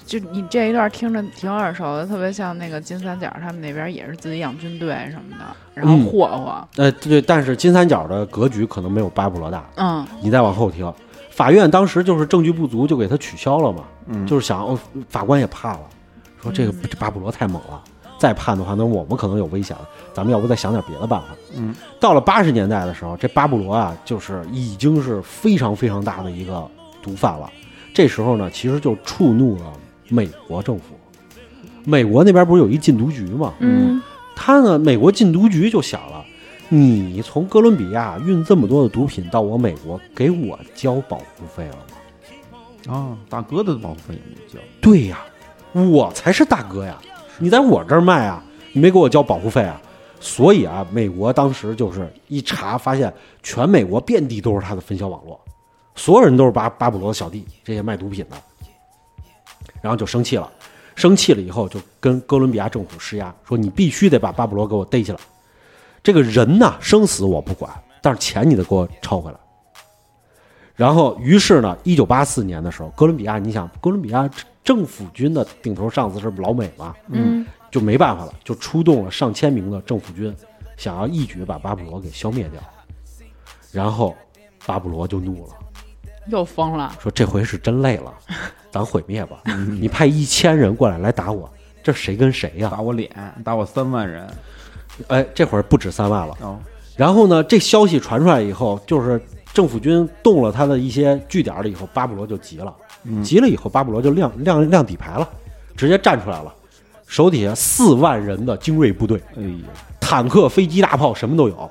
[SPEAKER 2] 就你这一段听着挺耳熟的，特别像那个金三角他们那边也是自己养军队什么的，然后
[SPEAKER 3] 嗯
[SPEAKER 2] 霍霍。
[SPEAKER 3] 呃，对，但是金三角的格局可能没有巴布罗大。
[SPEAKER 2] 嗯，
[SPEAKER 3] 你再往后听，法院当时就是证据不足，就给他取消了嘛。
[SPEAKER 1] 嗯，
[SPEAKER 3] 就是想，哦，法官也怕了，说这个
[SPEAKER 2] 嗯
[SPEAKER 3] 这巴布罗太猛了，再判的话，那我们可能有危险了，咱们要不再想点别的办法。
[SPEAKER 1] 嗯，
[SPEAKER 3] 到了八十年代的时候，这巴布罗啊，就是已经是非常非常大的一个毒贩了。这时候呢，其实就触怒了美国政府。美国那边不是有一禁毒局吗？
[SPEAKER 1] 嗯
[SPEAKER 2] 嗯，
[SPEAKER 3] 他呢，美国禁毒局就想了，你从哥伦比亚运这么多的毒品到我美国，给我交保护费了吗？
[SPEAKER 1] 啊，大哥的保护费也没交，
[SPEAKER 3] 对呀，我才是大哥呀！你在我这儿卖啊，你没给我交保护费啊？所以啊，美国当时就是一查发现，全美国遍地都是他的分销网络，所有人都是巴巴布罗的小弟，这些卖毒品的，然后就生气了，生气了以后就跟哥伦比亚政府施压，说你必须得把巴布罗给我逮起来，这个人呐，生死我不管，但是钱你得给我抄回来。然后，于是呢，一九八四年的时候，哥伦比亚，你想，哥伦比亚政府军的顶头上司是老美嘛，
[SPEAKER 2] 嗯，
[SPEAKER 3] 就没办法了，就出动了上千名的政府军，想要一举把巴布罗给消灭掉。然后，巴布罗就怒了，
[SPEAKER 2] 又疯了。
[SPEAKER 3] 说这回是真累了，咱毁灭吧！你派一千人过来来打我，这谁跟谁呀、
[SPEAKER 1] 打我脸，打我三万人，
[SPEAKER 3] 哎，这会儿不止三万了。
[SPEAKER 1] 哦，
[SPEAKER 3] 然后呢，这消息传出来以后，就是政府军动了他的一些据点了以后，巴布罗就急了，
[SPEAKER 1] 嗯
[SPEAKER 3] 急了以后，巴布罗就亮亮亮底牌了，直接站出来了，手底下四万人的精锐部队，
[SPEAKER 1] 哎呀，
[SPEAKER 3] 坦克、飞机、大炮什么都有，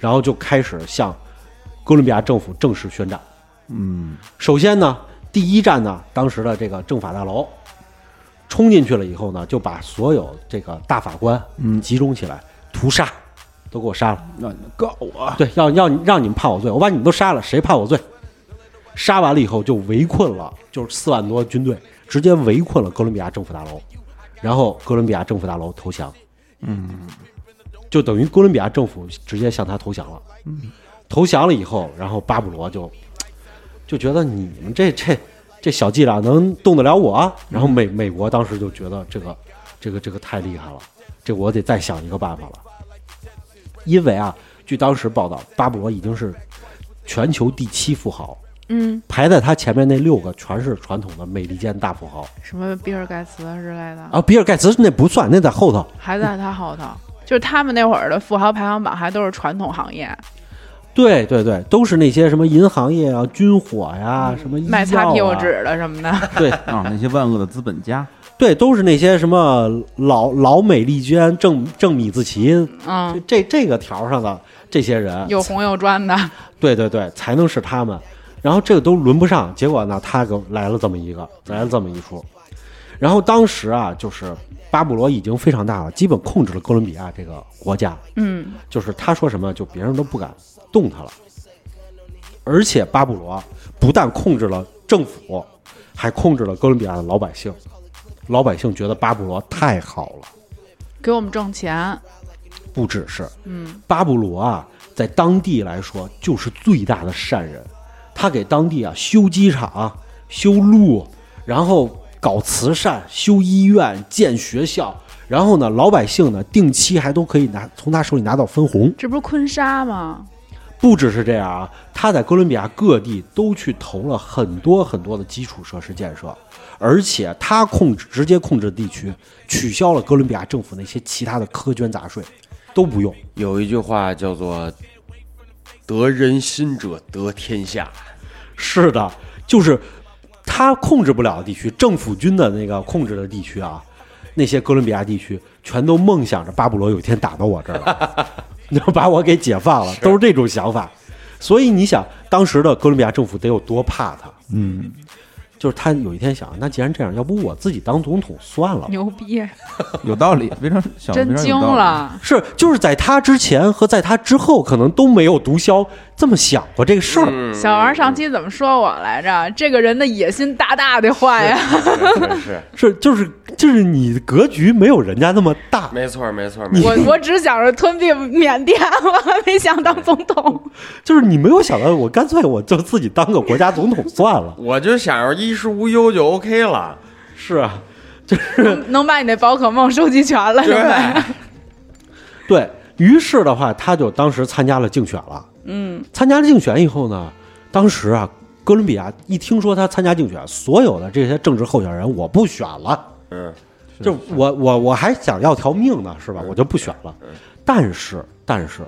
[SPEAKER 3] 然后就开始向哥伦比亚政府正式宣战。
[SPEAKER 1] 嗯，
[SPEAKER 3] 首先呢，第一站呢，当时的这个政法大楼冲进去了以后呢，就把所有这个大法官
[SPEAKER 1] 嗯
[SPEAKER 3] 集中起来屠杀，都给我杀了。
[SPEAKER 1] 让你们告我，
[SPEAKER 3] 对，要要你让你们判我罪，我把你们都杀了，谁判我罪？杀完了以后就围困了，就是四万多军队直接围困了哥伦比亚政府大楼，然后哥伦比亚政府大楼投降，嗯，就等于哥伦比亚政府直接向他投降了，嗯，投降了以后，然后巴布罗就就觉得你们这这这小伎俩能动得了我？啊然后美美国当时就觉得这个这个这个太厉害了，这我得再想一个办法了。因为啊，据当时报道，巴布罗已经是全球第七富豪，
[SPEAKER 2] 嗯，
[SPEAKER 3] 排在他前面那六个全是传统的美利坚大富豪
[SPEAKER 2] 什么比尔盖茨之类的，
[SPEAKER 3] 啊，比尔盖茨那不算，那在后头。
[SPEAKER 2] 还在他后头。就是他们那会儿的富豪排行榜还都是传统行业，
[SPEAKER 3] 对对对，都是那些什么银行业啊、军火呀、什么医药
[SPEAKER 2] 嗯
[SPEAKER 3] 啊
[SPEAKER 2] 卖擦屁股纸的什么的。
[SPEAKER 3] 对
[SPEAKER 1] 啊，那些万恶的资本家，
[SPEAKER 3] 对，都是那些什么老老美利坚、正正米字旗，
[SPEAKER 2] 嗯，
[SPEAKER 3] 这这个条上的这些人，
[SPEAKER 2] 又红又专的。
[SPEAKER 3] 对对对，才能是他们。然后这个都轮不上，结果呢，他给来了这么一个，来了这么一出。然后当时啊，就是巴布罗已经非常大了，基本控制了哥伦比亚这个国家。
[SPEAKER 2] 嗯，
[SPEAKER 3] 就是他说什么，就别人都不敢动他了。而且巴布罗不但控制了政府，还控制了哥伦比亚的老百姓。老百姓觉得巴布罗太好了，
[SPEAKER 2] 给我们挣钱，
[SPEAKER 3] 不只是
[SPEAKER 2] 嗯
[SPEAKER 3] 巴布罗啊，在当地来说就是最大的善人，他给当地啊修机场、修路，然后搞慈善、修医院、建学校，然后呢，老百姓呢定期还都可以拿从他手里拿到分红。
[SPEAKER 2] 这不是坤沙吗？
[SPEAKER 3] 不只是这样啊，他在哥伦比亚各地都去投了很多很多的基础设施建设，而且他控制直接控制地区，取消了哥伦比亚政府那些其他的苛捐杂税，都不用。
[SPEAKER 4] 有一句话叫做“得人心者得天 下
[SPEAKER 3] 是的，就是他控制不了的地区，政府军的那个控制的地区啊，那些哥伦比亚地区全都梦想着巴布罗有一天打到我这儿来， 你要把我给解放了，都是这种想法。所以你想，当时的哥伦比亚政府得有多怕他？
[SPEAKER 1] 嗯，
[SPEAKER 3] 就是他有一天想，那既然这样，要不我自己当总统算了吧。
[SPEAKER 2] 牛逼，
[SPEAKER 3] 哦
[SPEAKER 1] 有道理，非常想
[SPEAKER 2] 真惊，了！
[SPEAKER 3] 是，就是在他之前和在他之后，可能都没有毒枭这么想过这个事儿。”。
[SPEAKER 4] 嗯，
[SPEAKER 2] 小王上期怎么说我来着？这个人的野心大大的坏呀！
[SPEAKER 4] 是是是，
[SPEAKER 3] 是，就是就是你的格局没有人家那么大，
[SPEAKER 4] 没错没错没
[SPEAKER 3] 你
[SPEAKER 4] 错。
[SPEAKER 2] 我我只想着吞并缅甸，我还没想当总统。
[SPEAKER 3] 就是你没有想到，我干脆我就自己当个国家总统算了。
[SPEAKER 4] 我就想着衣食无忧就 OK 了，
[SPEAKER 3] 是啊，
[SPEAKER 2] 能把你那宝可梦收集全
[SPEAKER 3] 哎
[SPEAKER 2] 了是
[SPEAKER 4] 对
[SPEAKER 2] 吧？
[SPEAKER 3] 对于是的话，他就当时参加了竞选了。嗯，参加了竞选以后呢，当时啊，哥伦比亚一听说他参加竞选，所有的这些政治候选人我不选了，
[SPEAKER 4] 嗯，
[SPEAKER 3] 就我我我还想要条命呢，是吧？我就不选了。但是但是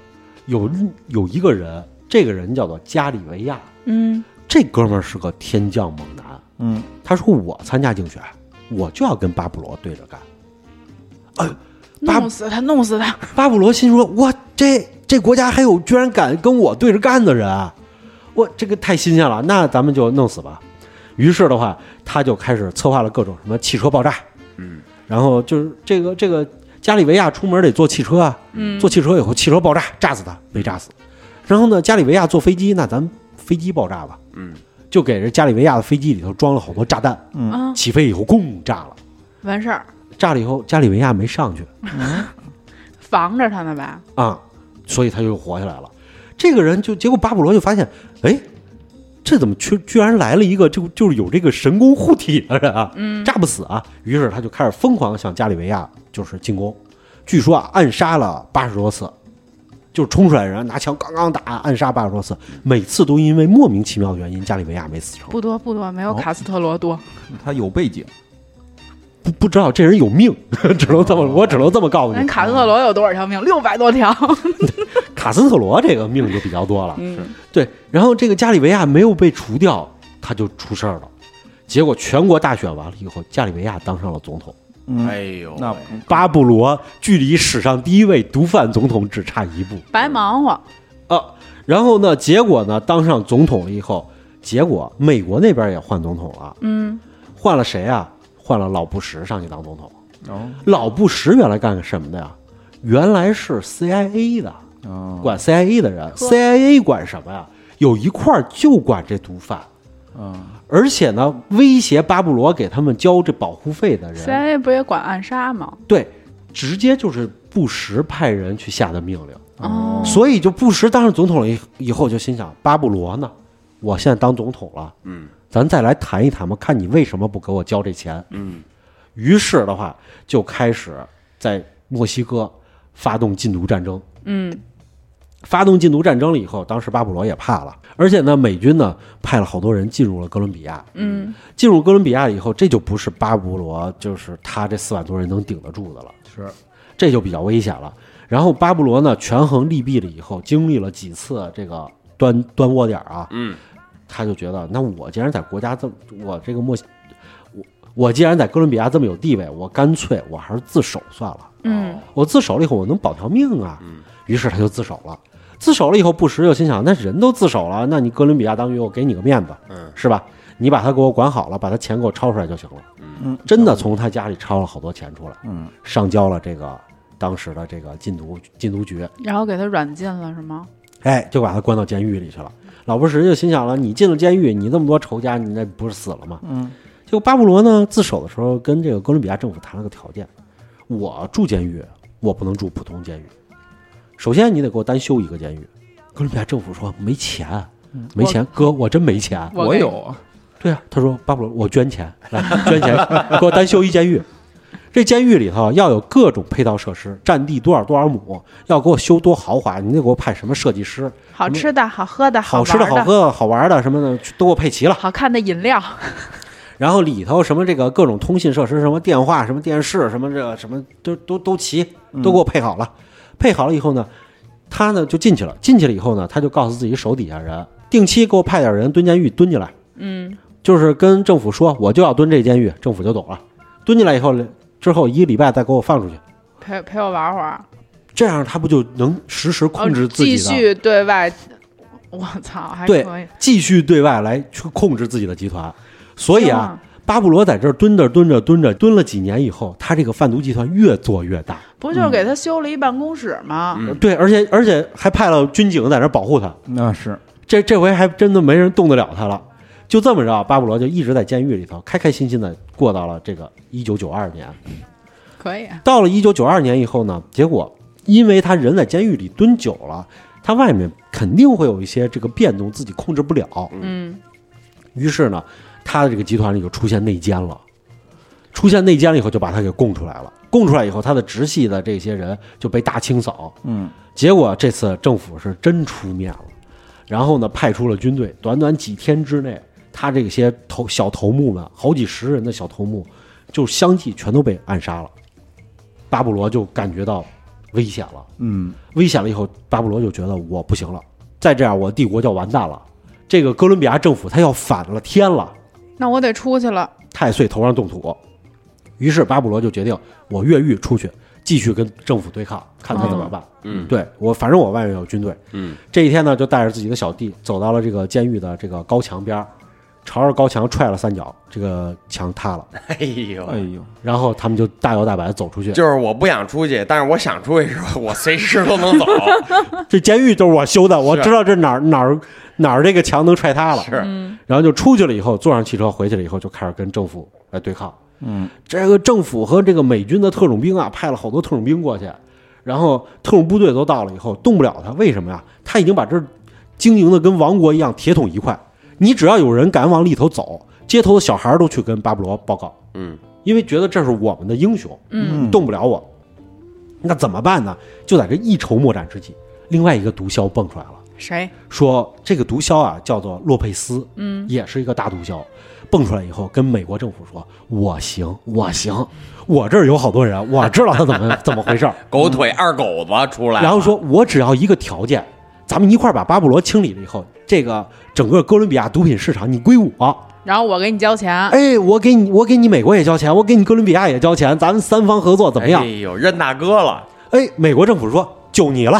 [SPEAKER 3] 有有一个人，这个人叫做加里维亚，
[SPEAKER 2] 嗯，
[SPEAKER 3] 这哥们儿是个天降猛男。
[SPEAKER 1] 嗯，
[SPEAKER 3] 他说我参加竞选，我就要跟巴布罗对着干。巴
[SPEAKER 2] 弄死他，弄死他！
[SPEAKER 3] 巴布罗心说：“哇，这这国家还有居然敢跟我对着干的人啊！我这个太新鲜了，那咱们就弄死吧。”于是的话，他就开始策划了各种什么汽车爆炸，
[SPEAKER 4] 嗯，
[SPEAKER 3] 然后就是这个这个加里维亚出门得坐汽车啊，嗯，坐汽车以后汽车爆炸炸死他，没炸死。然后呢，加里维亚坐飞机，那咱们飞机爆炸吧，
[SPEAKER 4] 嗯，
[SPEAKER 3] 就给这加里维亚的飞机里头装了好多炸弹，
[SPEAKER 2] 啊，
[SPEAKER 3] 起飞以后咣炸了，
[SPEAKER 2] 完事儿，
[SPEAKER 3] 炸了以后加里维亚没上去，
[SPEAKER 2] 防着他呢吧？
[SPEAKER 3] 啊，所以他就活下来了。这个人就结果巴布罗就发现，哎，这怎么居居然来了一个就就是有这个神功护体的人啊，炸不死啊。于是他就开始疯狂地向加里维亚就是进攻，据说啊暗杀了八十多次，就是冲出来人拿枪刚刚打，暗杀八十多次，每次都因为莫名其妙的原因加里维亚没死成，
[SPEAKER 2] 不多不多，没有
[SPEAKER 1] 哦
[SPEAKER 2] 卡斯特罗多。
[SPEAKER 1] 他有背景，
[SPEAKER 3] 不不知道这人有命， 只能这么我只能这么告诉
[SPEAKER 2] 人
[SPEAKER 3] 你，
[SPEAKER 2] 卡斯特罗有多少条
[SPEAKER 3] 哦
[SPEAKER 2] 命？六百多 条。
[SPEAKER 3] 卡斯特罗这个命就比较多了。
[SPEAKER 2] 嗯，
[SPEAKER 3] 对，然后这个加里维亚没有被除掉，他就出事儿了。结果全国大选完了以后，加里维亚当上了总统，
[SPEAKER 1] 嗯
[SPEAKER 4] 哎呦，
[SPEAKER 1] 那
[SPEAKER 3] 巴布罗距离史上第一位毒贩总统只差一步
[SPEAKER 2] 白忙活。
[SPEAKER 3] 啊。然后呢，结果呢，当上总统了以后，结果美国那边也换总统了，
[SPEAKER 2] 嗯，
[SPEAKER 3] 换了谁啊？换了老布什上去当总统。
[SPEAKER 1] 哦
[SPEAKER 3] 老布什原来干个什么的呀？原来是 CIA 的，
[SPEAKER 1] 哦
[SPEAKER 3] 管 CIA 的人，CIA 管什么呀？有一块儿就管这毒贩。
[SPEAKER 1] 啊，
[SPEAKER 3] 而且呢，威胁巴布罗给他们交这保护费的人，
[SPEAKER 2] CIA 不也管暗杀吗？
[SPEAKER 3] 对，直接就是布什派人去下的命令。
[SPEAKER 1] 嗯
[SPEAKER 2] 哦，
[SPEAKER 3] 所以就布什当上总统了以以后，就心想巴布罗呢，我现在当总统了，
[SPEAKER 4] 嗯
[SPEAKER 3] 咱再来谈一谈吧，看你为什么不给我交这钱。
[SPEAKER 4] 嗯，
[SPEAKER 3] 于是的话，就开始在墨西哥发动禁毒战争。
[SPEAKER 2] 嗯，
[SPEAKER 3] 发动禁毒战争了以后，当时巴布罗也怕了，而且呢，美军呢派了好多人进入了哥伦比亚。
[SPEAKER 2] 嗯，
[SPEAKER 3] 进入哥伦比亚以后，这就不是巴布罗，就是他这四万多人能顶得住的了，
[SPEAKER 1] 是
[SPEAKER 3] 这就比较危险了。然后巴布罗呢权衡利弊了以后，经历了几次这个端端窝点儿啊，
[SPEAKER 4] 嗯，
[SPEAKER 3] 他就觉得，那我既然在国家这么，我这个墨西，我我既然在哥伦比亚这么有地位，我干脆我还是自首算了。
[SPEAKER 2] 嗯，
[SPEAKER 3] 我自首了以后，我能保条命啊。
[SPEAKER 4] 嗯
[SPEAKER 3] 于是他就自首了。自首了以后，布什就心想：那人都自首了，那你哥伦比亚当局，我给你个面子，
[SPEAKER 4] 嗯
[SPEAKER 3] 是吧？你把它给我管好了，把他钱给我抄出来就行了。
[SPEAKER 4] 嗯
[SPEAKER 5] 嗯，
[SPEAKER 3] 真的从他家里抄了好多钱出来，
[SPEAKER 5] 嗯，
[SPEAKER 3] 上交了这个当时的这个禁毒禁毒局，
[SPEAKER 2] 然后给他软禁了是吗？
[SPEAKER 3] 哎，就把他关到监狱里去了。老布什就心想了，你进了监狱，你那么多仇家，你那不是死了吗？
[SPEAKER 5] 嗯，
[SPEAKER 3] 结果巴布罗呢，自首的时候跟这个哥伦比亚政府谈了个条件，我住监狱，我不能住普通监狱，首先你得给我单修一个监狱。哥伦比亚政府说没钱，没钱，哥我真没钱。
[SPEAKER 2] 我
[SPEAKER 5] 我
[SPEAKER 2] 给
[SPEAKER 5] 有啊，
[SPEAKER 3] 对啊，他说巴布罗，我捐钱来捐钱，给我单修一监狱。这监狱里头要有各种配套设施，占地多少多少亩，要给我修多豪华，你得给我派什么设计师，
[SPEAKER 2] 好吃的、好喝的、
[SPEAKER 3] 好
[SPEAKER 2] 玩
[SPEAKER 3] 吃的、
[SPEAKER 2] 的、
[SPEAKER 3] 好喝的、好玩的什么的都给我配齐了。
[SPEAKER 2] 好看的饮料，
[SPEAKER 3] 然后里头什么这个各种通信设施，什么电话、什么电视、什么这个什么都都都齐，都给我配好了。配好了以后呢，他呢就进去了。进去了以后呢，他就告诉自己手底下人，定期给我派点人蹲监狱蹲进来。
[SPEAKER 2] 嗯，
[SPEAKER 3] 就是跟政府说，我就要蹲这监狱，政府就懂了。蹲进来以后，之后一礼拜再给我放出去，
[SPEAKER 2] 陪陪我玩会儿，
[SPEAKER 3] 这样他不就能实时控制
[SPEAKER 2] 哦
[SPEAKER 3] 自己
[SPEAKER 2] 继
[SPEAKER 3] 的、
[SPEAKER 2] 续对外，我操，还
[SPEAKER 3] 对
[SPEAKER 2] 可以。
[SPEAKER 3] 继续对外来去控制自己的集团？所以
[SPEAKER 2] 是
[SPEAKER 3] 啊
[SPEAKER 2] 吗，，
[SPEAKER 3] 巴布罗在这儿蹲着蹲着蹲着蹲了几年以后，他这个贩毒集团越做越大。
[SPEAKER 2] 不就是给他修了一办公室吗？
[SPEAKER 4] 嗯
[SPEAKER 3] 对，而且而且还派了军警在那儿保护他，
[SPEAKER 5] 那是
[SPEAKER 3] 这这回还真的没人动得了他了。就这么着，啊巴布罗就一直在监狱里头开开心心的过到了这个一九九二年。
[SPEAKER 2] 可以，
[SPEAKER 3] 到了一九九二年以后呢，结果因为他人在监狱里蹲久了，他外面肯定会有一些这个变动，自己控制不了。
[SPEAKER 2] 嗯，
[SPEAKER 3] 于是呢，他的这个集团里就出现内奸了。出现内奸了以后，就把他给供出来了。供出来以后，他的直系的这些人就被大清扫。
[SPEAKER 5] 嗯，
[SPEAKER 3] 结果这次政府是真出面了，然后呢，派出了军队。短短几天之内，他这些头小头目们，好几十人的小头目，就相继全都被暗杀了。巴布罗就感觉到危险了。
[SPEAKER 5] 嗯
[SPEAKER 3] 危险了以后，巴布罗就觉得我不行了，再这样我帝国就要完蛋了。这个哥伦比亚政府他要反了天了，
[SPEAKER 2] 那我得出去了。
[SPEAKER 3] 太岁头上动土。于是巴布罗就决定，我越狱出去，继续跟政府对抗，看他怎么办。
[SPEAKER 4] 嗯
[SPEAKER 3] 对我反正我外面有军队。
[SPEAKER 4] 嗯，
[SPEAKER 3] 这一天呢，就带着自己的小弟走到了这个监狱的这个高墙边儿，朝着高墙踹了三脚，这个墙塌了，
[SPEAKER 4] 哎呦，
[SPEAKER 5] 哎呦，
[SPEAKER 3] 然后他们就大摇大摆地走出去。
[SPEAKER 4] 就是我不想出去，但是我想出去的时候，我随时 都能走。
[SPEAKER 3] 这监狱就是我修的，我
[SPEAKER 4] 是
[SPEAKER 3] 知道这哪儿哪儿哪儿这个墙能踹塌了。
[SPEAKER 4] 是，
[SPEAKER 3] 然后就出去了以后，坐上汽车回去了以后，就开始跟政府来对抗。
[SPEAKER 5] 嗯，
[SPEAKER 3] 这个政府和这个美军的特种兵啊，派了好多特种兵过去，然后特种部队都到了以后，动不了他，为什么呀？他已经把这儿经营的跟王国一样，铁桶一块。你只要有人敢往里头走，街头的小孩都去跟巴布罗报告，
[SPEAKER 4] 嗯，
[SPEAKER 3] 因为觉得这是我们的英雄，
[SPEAKER 2] 嗯，
[SPEAKER 3] 动不了我。那怎么办呢？就在这一筹莫展之际，另外一个毒枭蹦出来了。
[SPEAKER 2] 谁？
[SPEAKER 3] 说这个毒枭啊叫做洛佩斯，嗯，也是一个大毒枭，蹦出来以后跟美国政府说：“我行，我行，我这儿有好多人，我知道他怎么怎么回事儿。
[SPEAKER 4] 狗腿二狗子出”来了，
[SPEAKER 3] 然后说：“我只要一个条件，咱们一块儿把巴布罗清理了以后，这个整个哥伦比亚毒品市场你归我。
[SPEAKER 2] 然后我给你交钱，
[SPEAKER 3] 哎，我给你，我给你美国也交钱，我给你哥伦比亚也交钱，咱们三方合作怎么样
[SPEAKER 4] 哎？呦，任大哥了，
[SPEAKER 3] 哎，美国政府说就你了，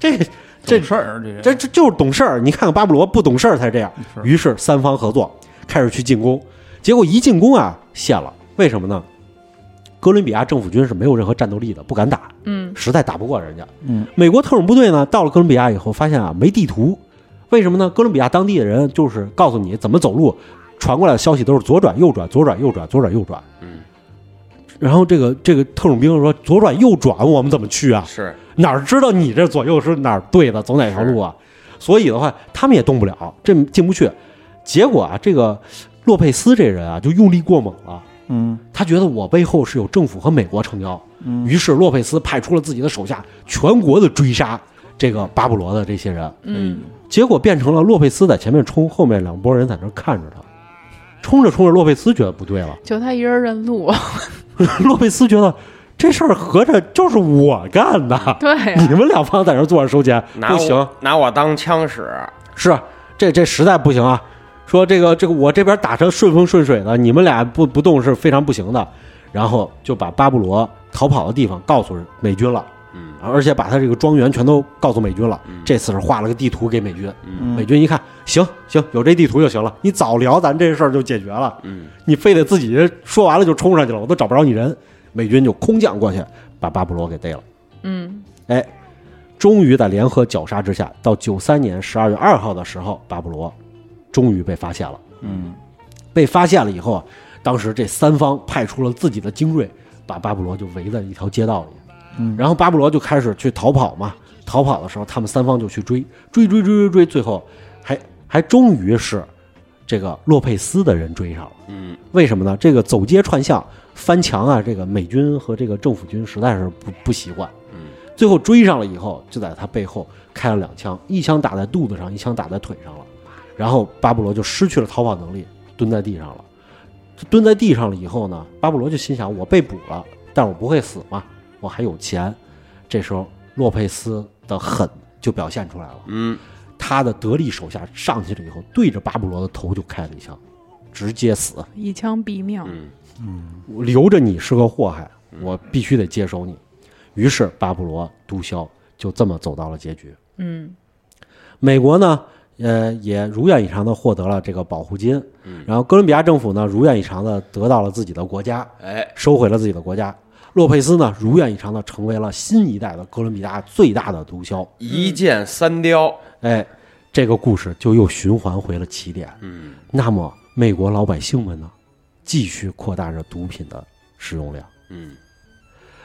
[SPEAKER 3] 这这
[SPEAKER 5] 懂事
[SPEAKER 1] 啊
[SPEAKER 5] 儿这人
[SPEAKER 3] 这这就是懂事儿。你看看巴布罗不懂事儿才这样。
[SPEAKER 5] 是
[SPEAKER 3] 于是三方合作开始去进攻，结果一进攻啊陷了，为什么呢？哥伦比亚政府军是没有任何战斗力的，不敢打，
[SPEAKER 2] 嗯，
[SPEAKER 3] 实在打不过人家。
[SPEAKER 5] 嗯，
[SPEAKER 3] 美国特种部队呢到了哥伦比亚以后，发现啊没地图，为什么呢？哥伦比亚当地的人就是告诉你怎么走路，传过来的消息都是左转右转，左转右转，左转右转。
[SPEAKER 4] 嗯，
[SPEAKER 3] 然后这个这个特种兵就说左转右转，我们怎么去啊？
[SPEAKER 4] 是
[SPEAKER 3] 哪儿知道你这左右是哪儿对的，走哪条路啊？所以的话，他们也动不了，这进不去。结果啊，这个洛佩斯这人啊，就用力过猛了。
[SPEAKER 5] 嗯
[SPEAKER 3] 他觉得我背后是有政府和美国撑腰，
[SPEAKER 4] 嗯
[SPEAKER 3] 于是洛佩斯派出了自己的手下，全国的追杀这个巴布罗的这些人。
[SPEAKER 2] 嗯，
[SPEAKER 3] 结果变成了洛佩斯在前面冲，后面两拨人在那儿看着他。冲着冲着，洛佩斯觉得不对了，
[SPEAKER 2] 就他一人认路，
[SPEAKER 3] 洛佩斯觉得这事儿合着就是我干的，
[SPEAKER 2] 对
[SPEAKER 3] 你
[SPEAKER 2] 呀，
[SPEAKER 3] 们两方在这儿坐着收钱，
[SPEAKER 4] 啊拿
[SPEAKER 3] 不
[SPEAKER 4] 我
[SPEAKER 3] 行，
[SPEAKER 4] 拿我当枪使，
[SPEAKER 3] 是啊这这实在不行啊！说这个这个我这边打成顺风顺水的，你们俩不不动是非常不行的。然后就把巴布罗逃跑的地方告诉美军了。
[SPEAKER 4] 嗯，
[SPEAKER 3] 而且把他这个庄园全都告诉美军了
[SPEAKER 4] 嗯。
[SPEAKER 3] 这次是画了个地图给美军，
[SPEAKER 4] 嗯
[SPEAKER 3] 美军一看，行行，有这地图就行了。你早聊，咱这事儿就解决了。
[SPEAKER 4] 嗯
[SPEAKER 3] 你非得自己说完了就冲上去了，我都找不着你人。美军就空降过去，把巴布罗给逮了。
[SPEAKER 2] 嗯
[SPEAKER 3] 哎，终于在联合绞杀之下，到九三年十二月二号的时候，巴布罗终于被发现了。
[SPEAKER 1] 嗯
[SPEAKER 3] 被发现了以后啊，当时这三方派出了自己的精锐，把巴布罗就围在一条街道里。
[SPEAKER 1] 嗯
[SPEAKER 3] 然后巴布罗就开始去逃跑嘛。逃跑的时候，他们三方就去追，追追追追追，最后还还终于是这个洛佩斯的人追上了。
[SPEAKER 4] 嗯
[SPEAKER 3] 为什么呢？这个走街串巷、翻墙啊，这个美军和这个政府军实在是不不习惯。
[SPEAKER 4] 嗯
[SPEAKER 3] 最后追上了以后，就在他背后开了两枪，一枪打在肚子上，一枪打在腿上了。然后巴布罗就失去了逃跑能力，蹲在地上了。蹲在地上了以后呢，巴布罗就心想：我被捕了，但我不会死嘛，我还有钱。这时候洛佩斯的狠就表现出来了，
[SPEAKER 4] 嗯
[SPEAKER 3] 他的得力手下上去了以后，对着巴布罗的头就开了一枪，直接死。
[SPEAKER 2] 一枪毙命，
[SPEAKER 4] 嗯
[SPEAKER 3] 我留着你是个祸害，我必须得接手你。于是巴布罗毒枭就这么走到了结局。
[SPEAKER 2] 嗯
[SPEAKER 3] 美国呢，呃，也如愿以偿的获得了这个保护金，然后哥伦比亚政府呢，如愿以偿的得到了自己的国家，
[SPEAKER 4] 哎
[SPEAKER 3] 收回了自己的国家。洛佩斯呢，如愿以偿的成为了新一代的哥伦比亚最大的毒枭。
[SPEAKER 4] 一箭 三雕，
[SPEAKER 3] 哎，这个故事就又循环回了起点。
[SPEAKER 4] 嗯
[SPEAKER 3] 那么，美国老百姓们呢，继续扩大着毒品的使用量。
[SPEAKER 4] 嗯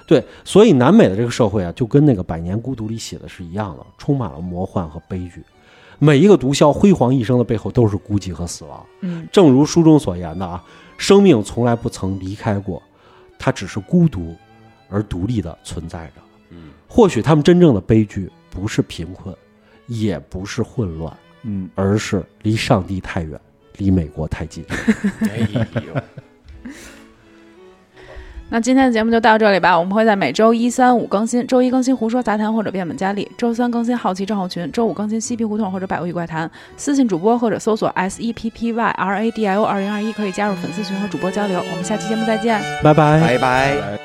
[SPEAKER 3] 对，所以南美的这个社会啊，就跟那个《百年孤独》里写的是一样的，充满了魔幻和悲剧。每一个毒枭辉煌一生的背后都是孤寂和死亡。
[SPEAKER 2] 嗯
[SPEAKER 3] 正如书中所言的啊，生命从来不曾离开过，它只是孤独而独立的存在着。
[SPEAKER 4] 嗯，
[SPEAKER 3] 或许他们真正的悲剧不是贫困，也不是混乱，
[SPEAKER 1] 嗯，
[SPEAKER 3] 而是离上帝太远，离美国太近。
[SPEAKER 4] 哎呦，
[SPEAKER 2] 那今天的节目就到这里吧，我们会在每周一、三、五更新，周一更新《胡说杂谈》或者《变本加厉》，周三更新《好奇症候群》，周五更新《嬉皮胡同》或者《百物语怪谈》。私信主播或者搜索 S E P P Y R A D I O 二零二一，可以加入粉丝群和主播交流。我们下期节目再见。
[SPEAKER 3] 拜拜。
[SPEAKER 4] 拜拜。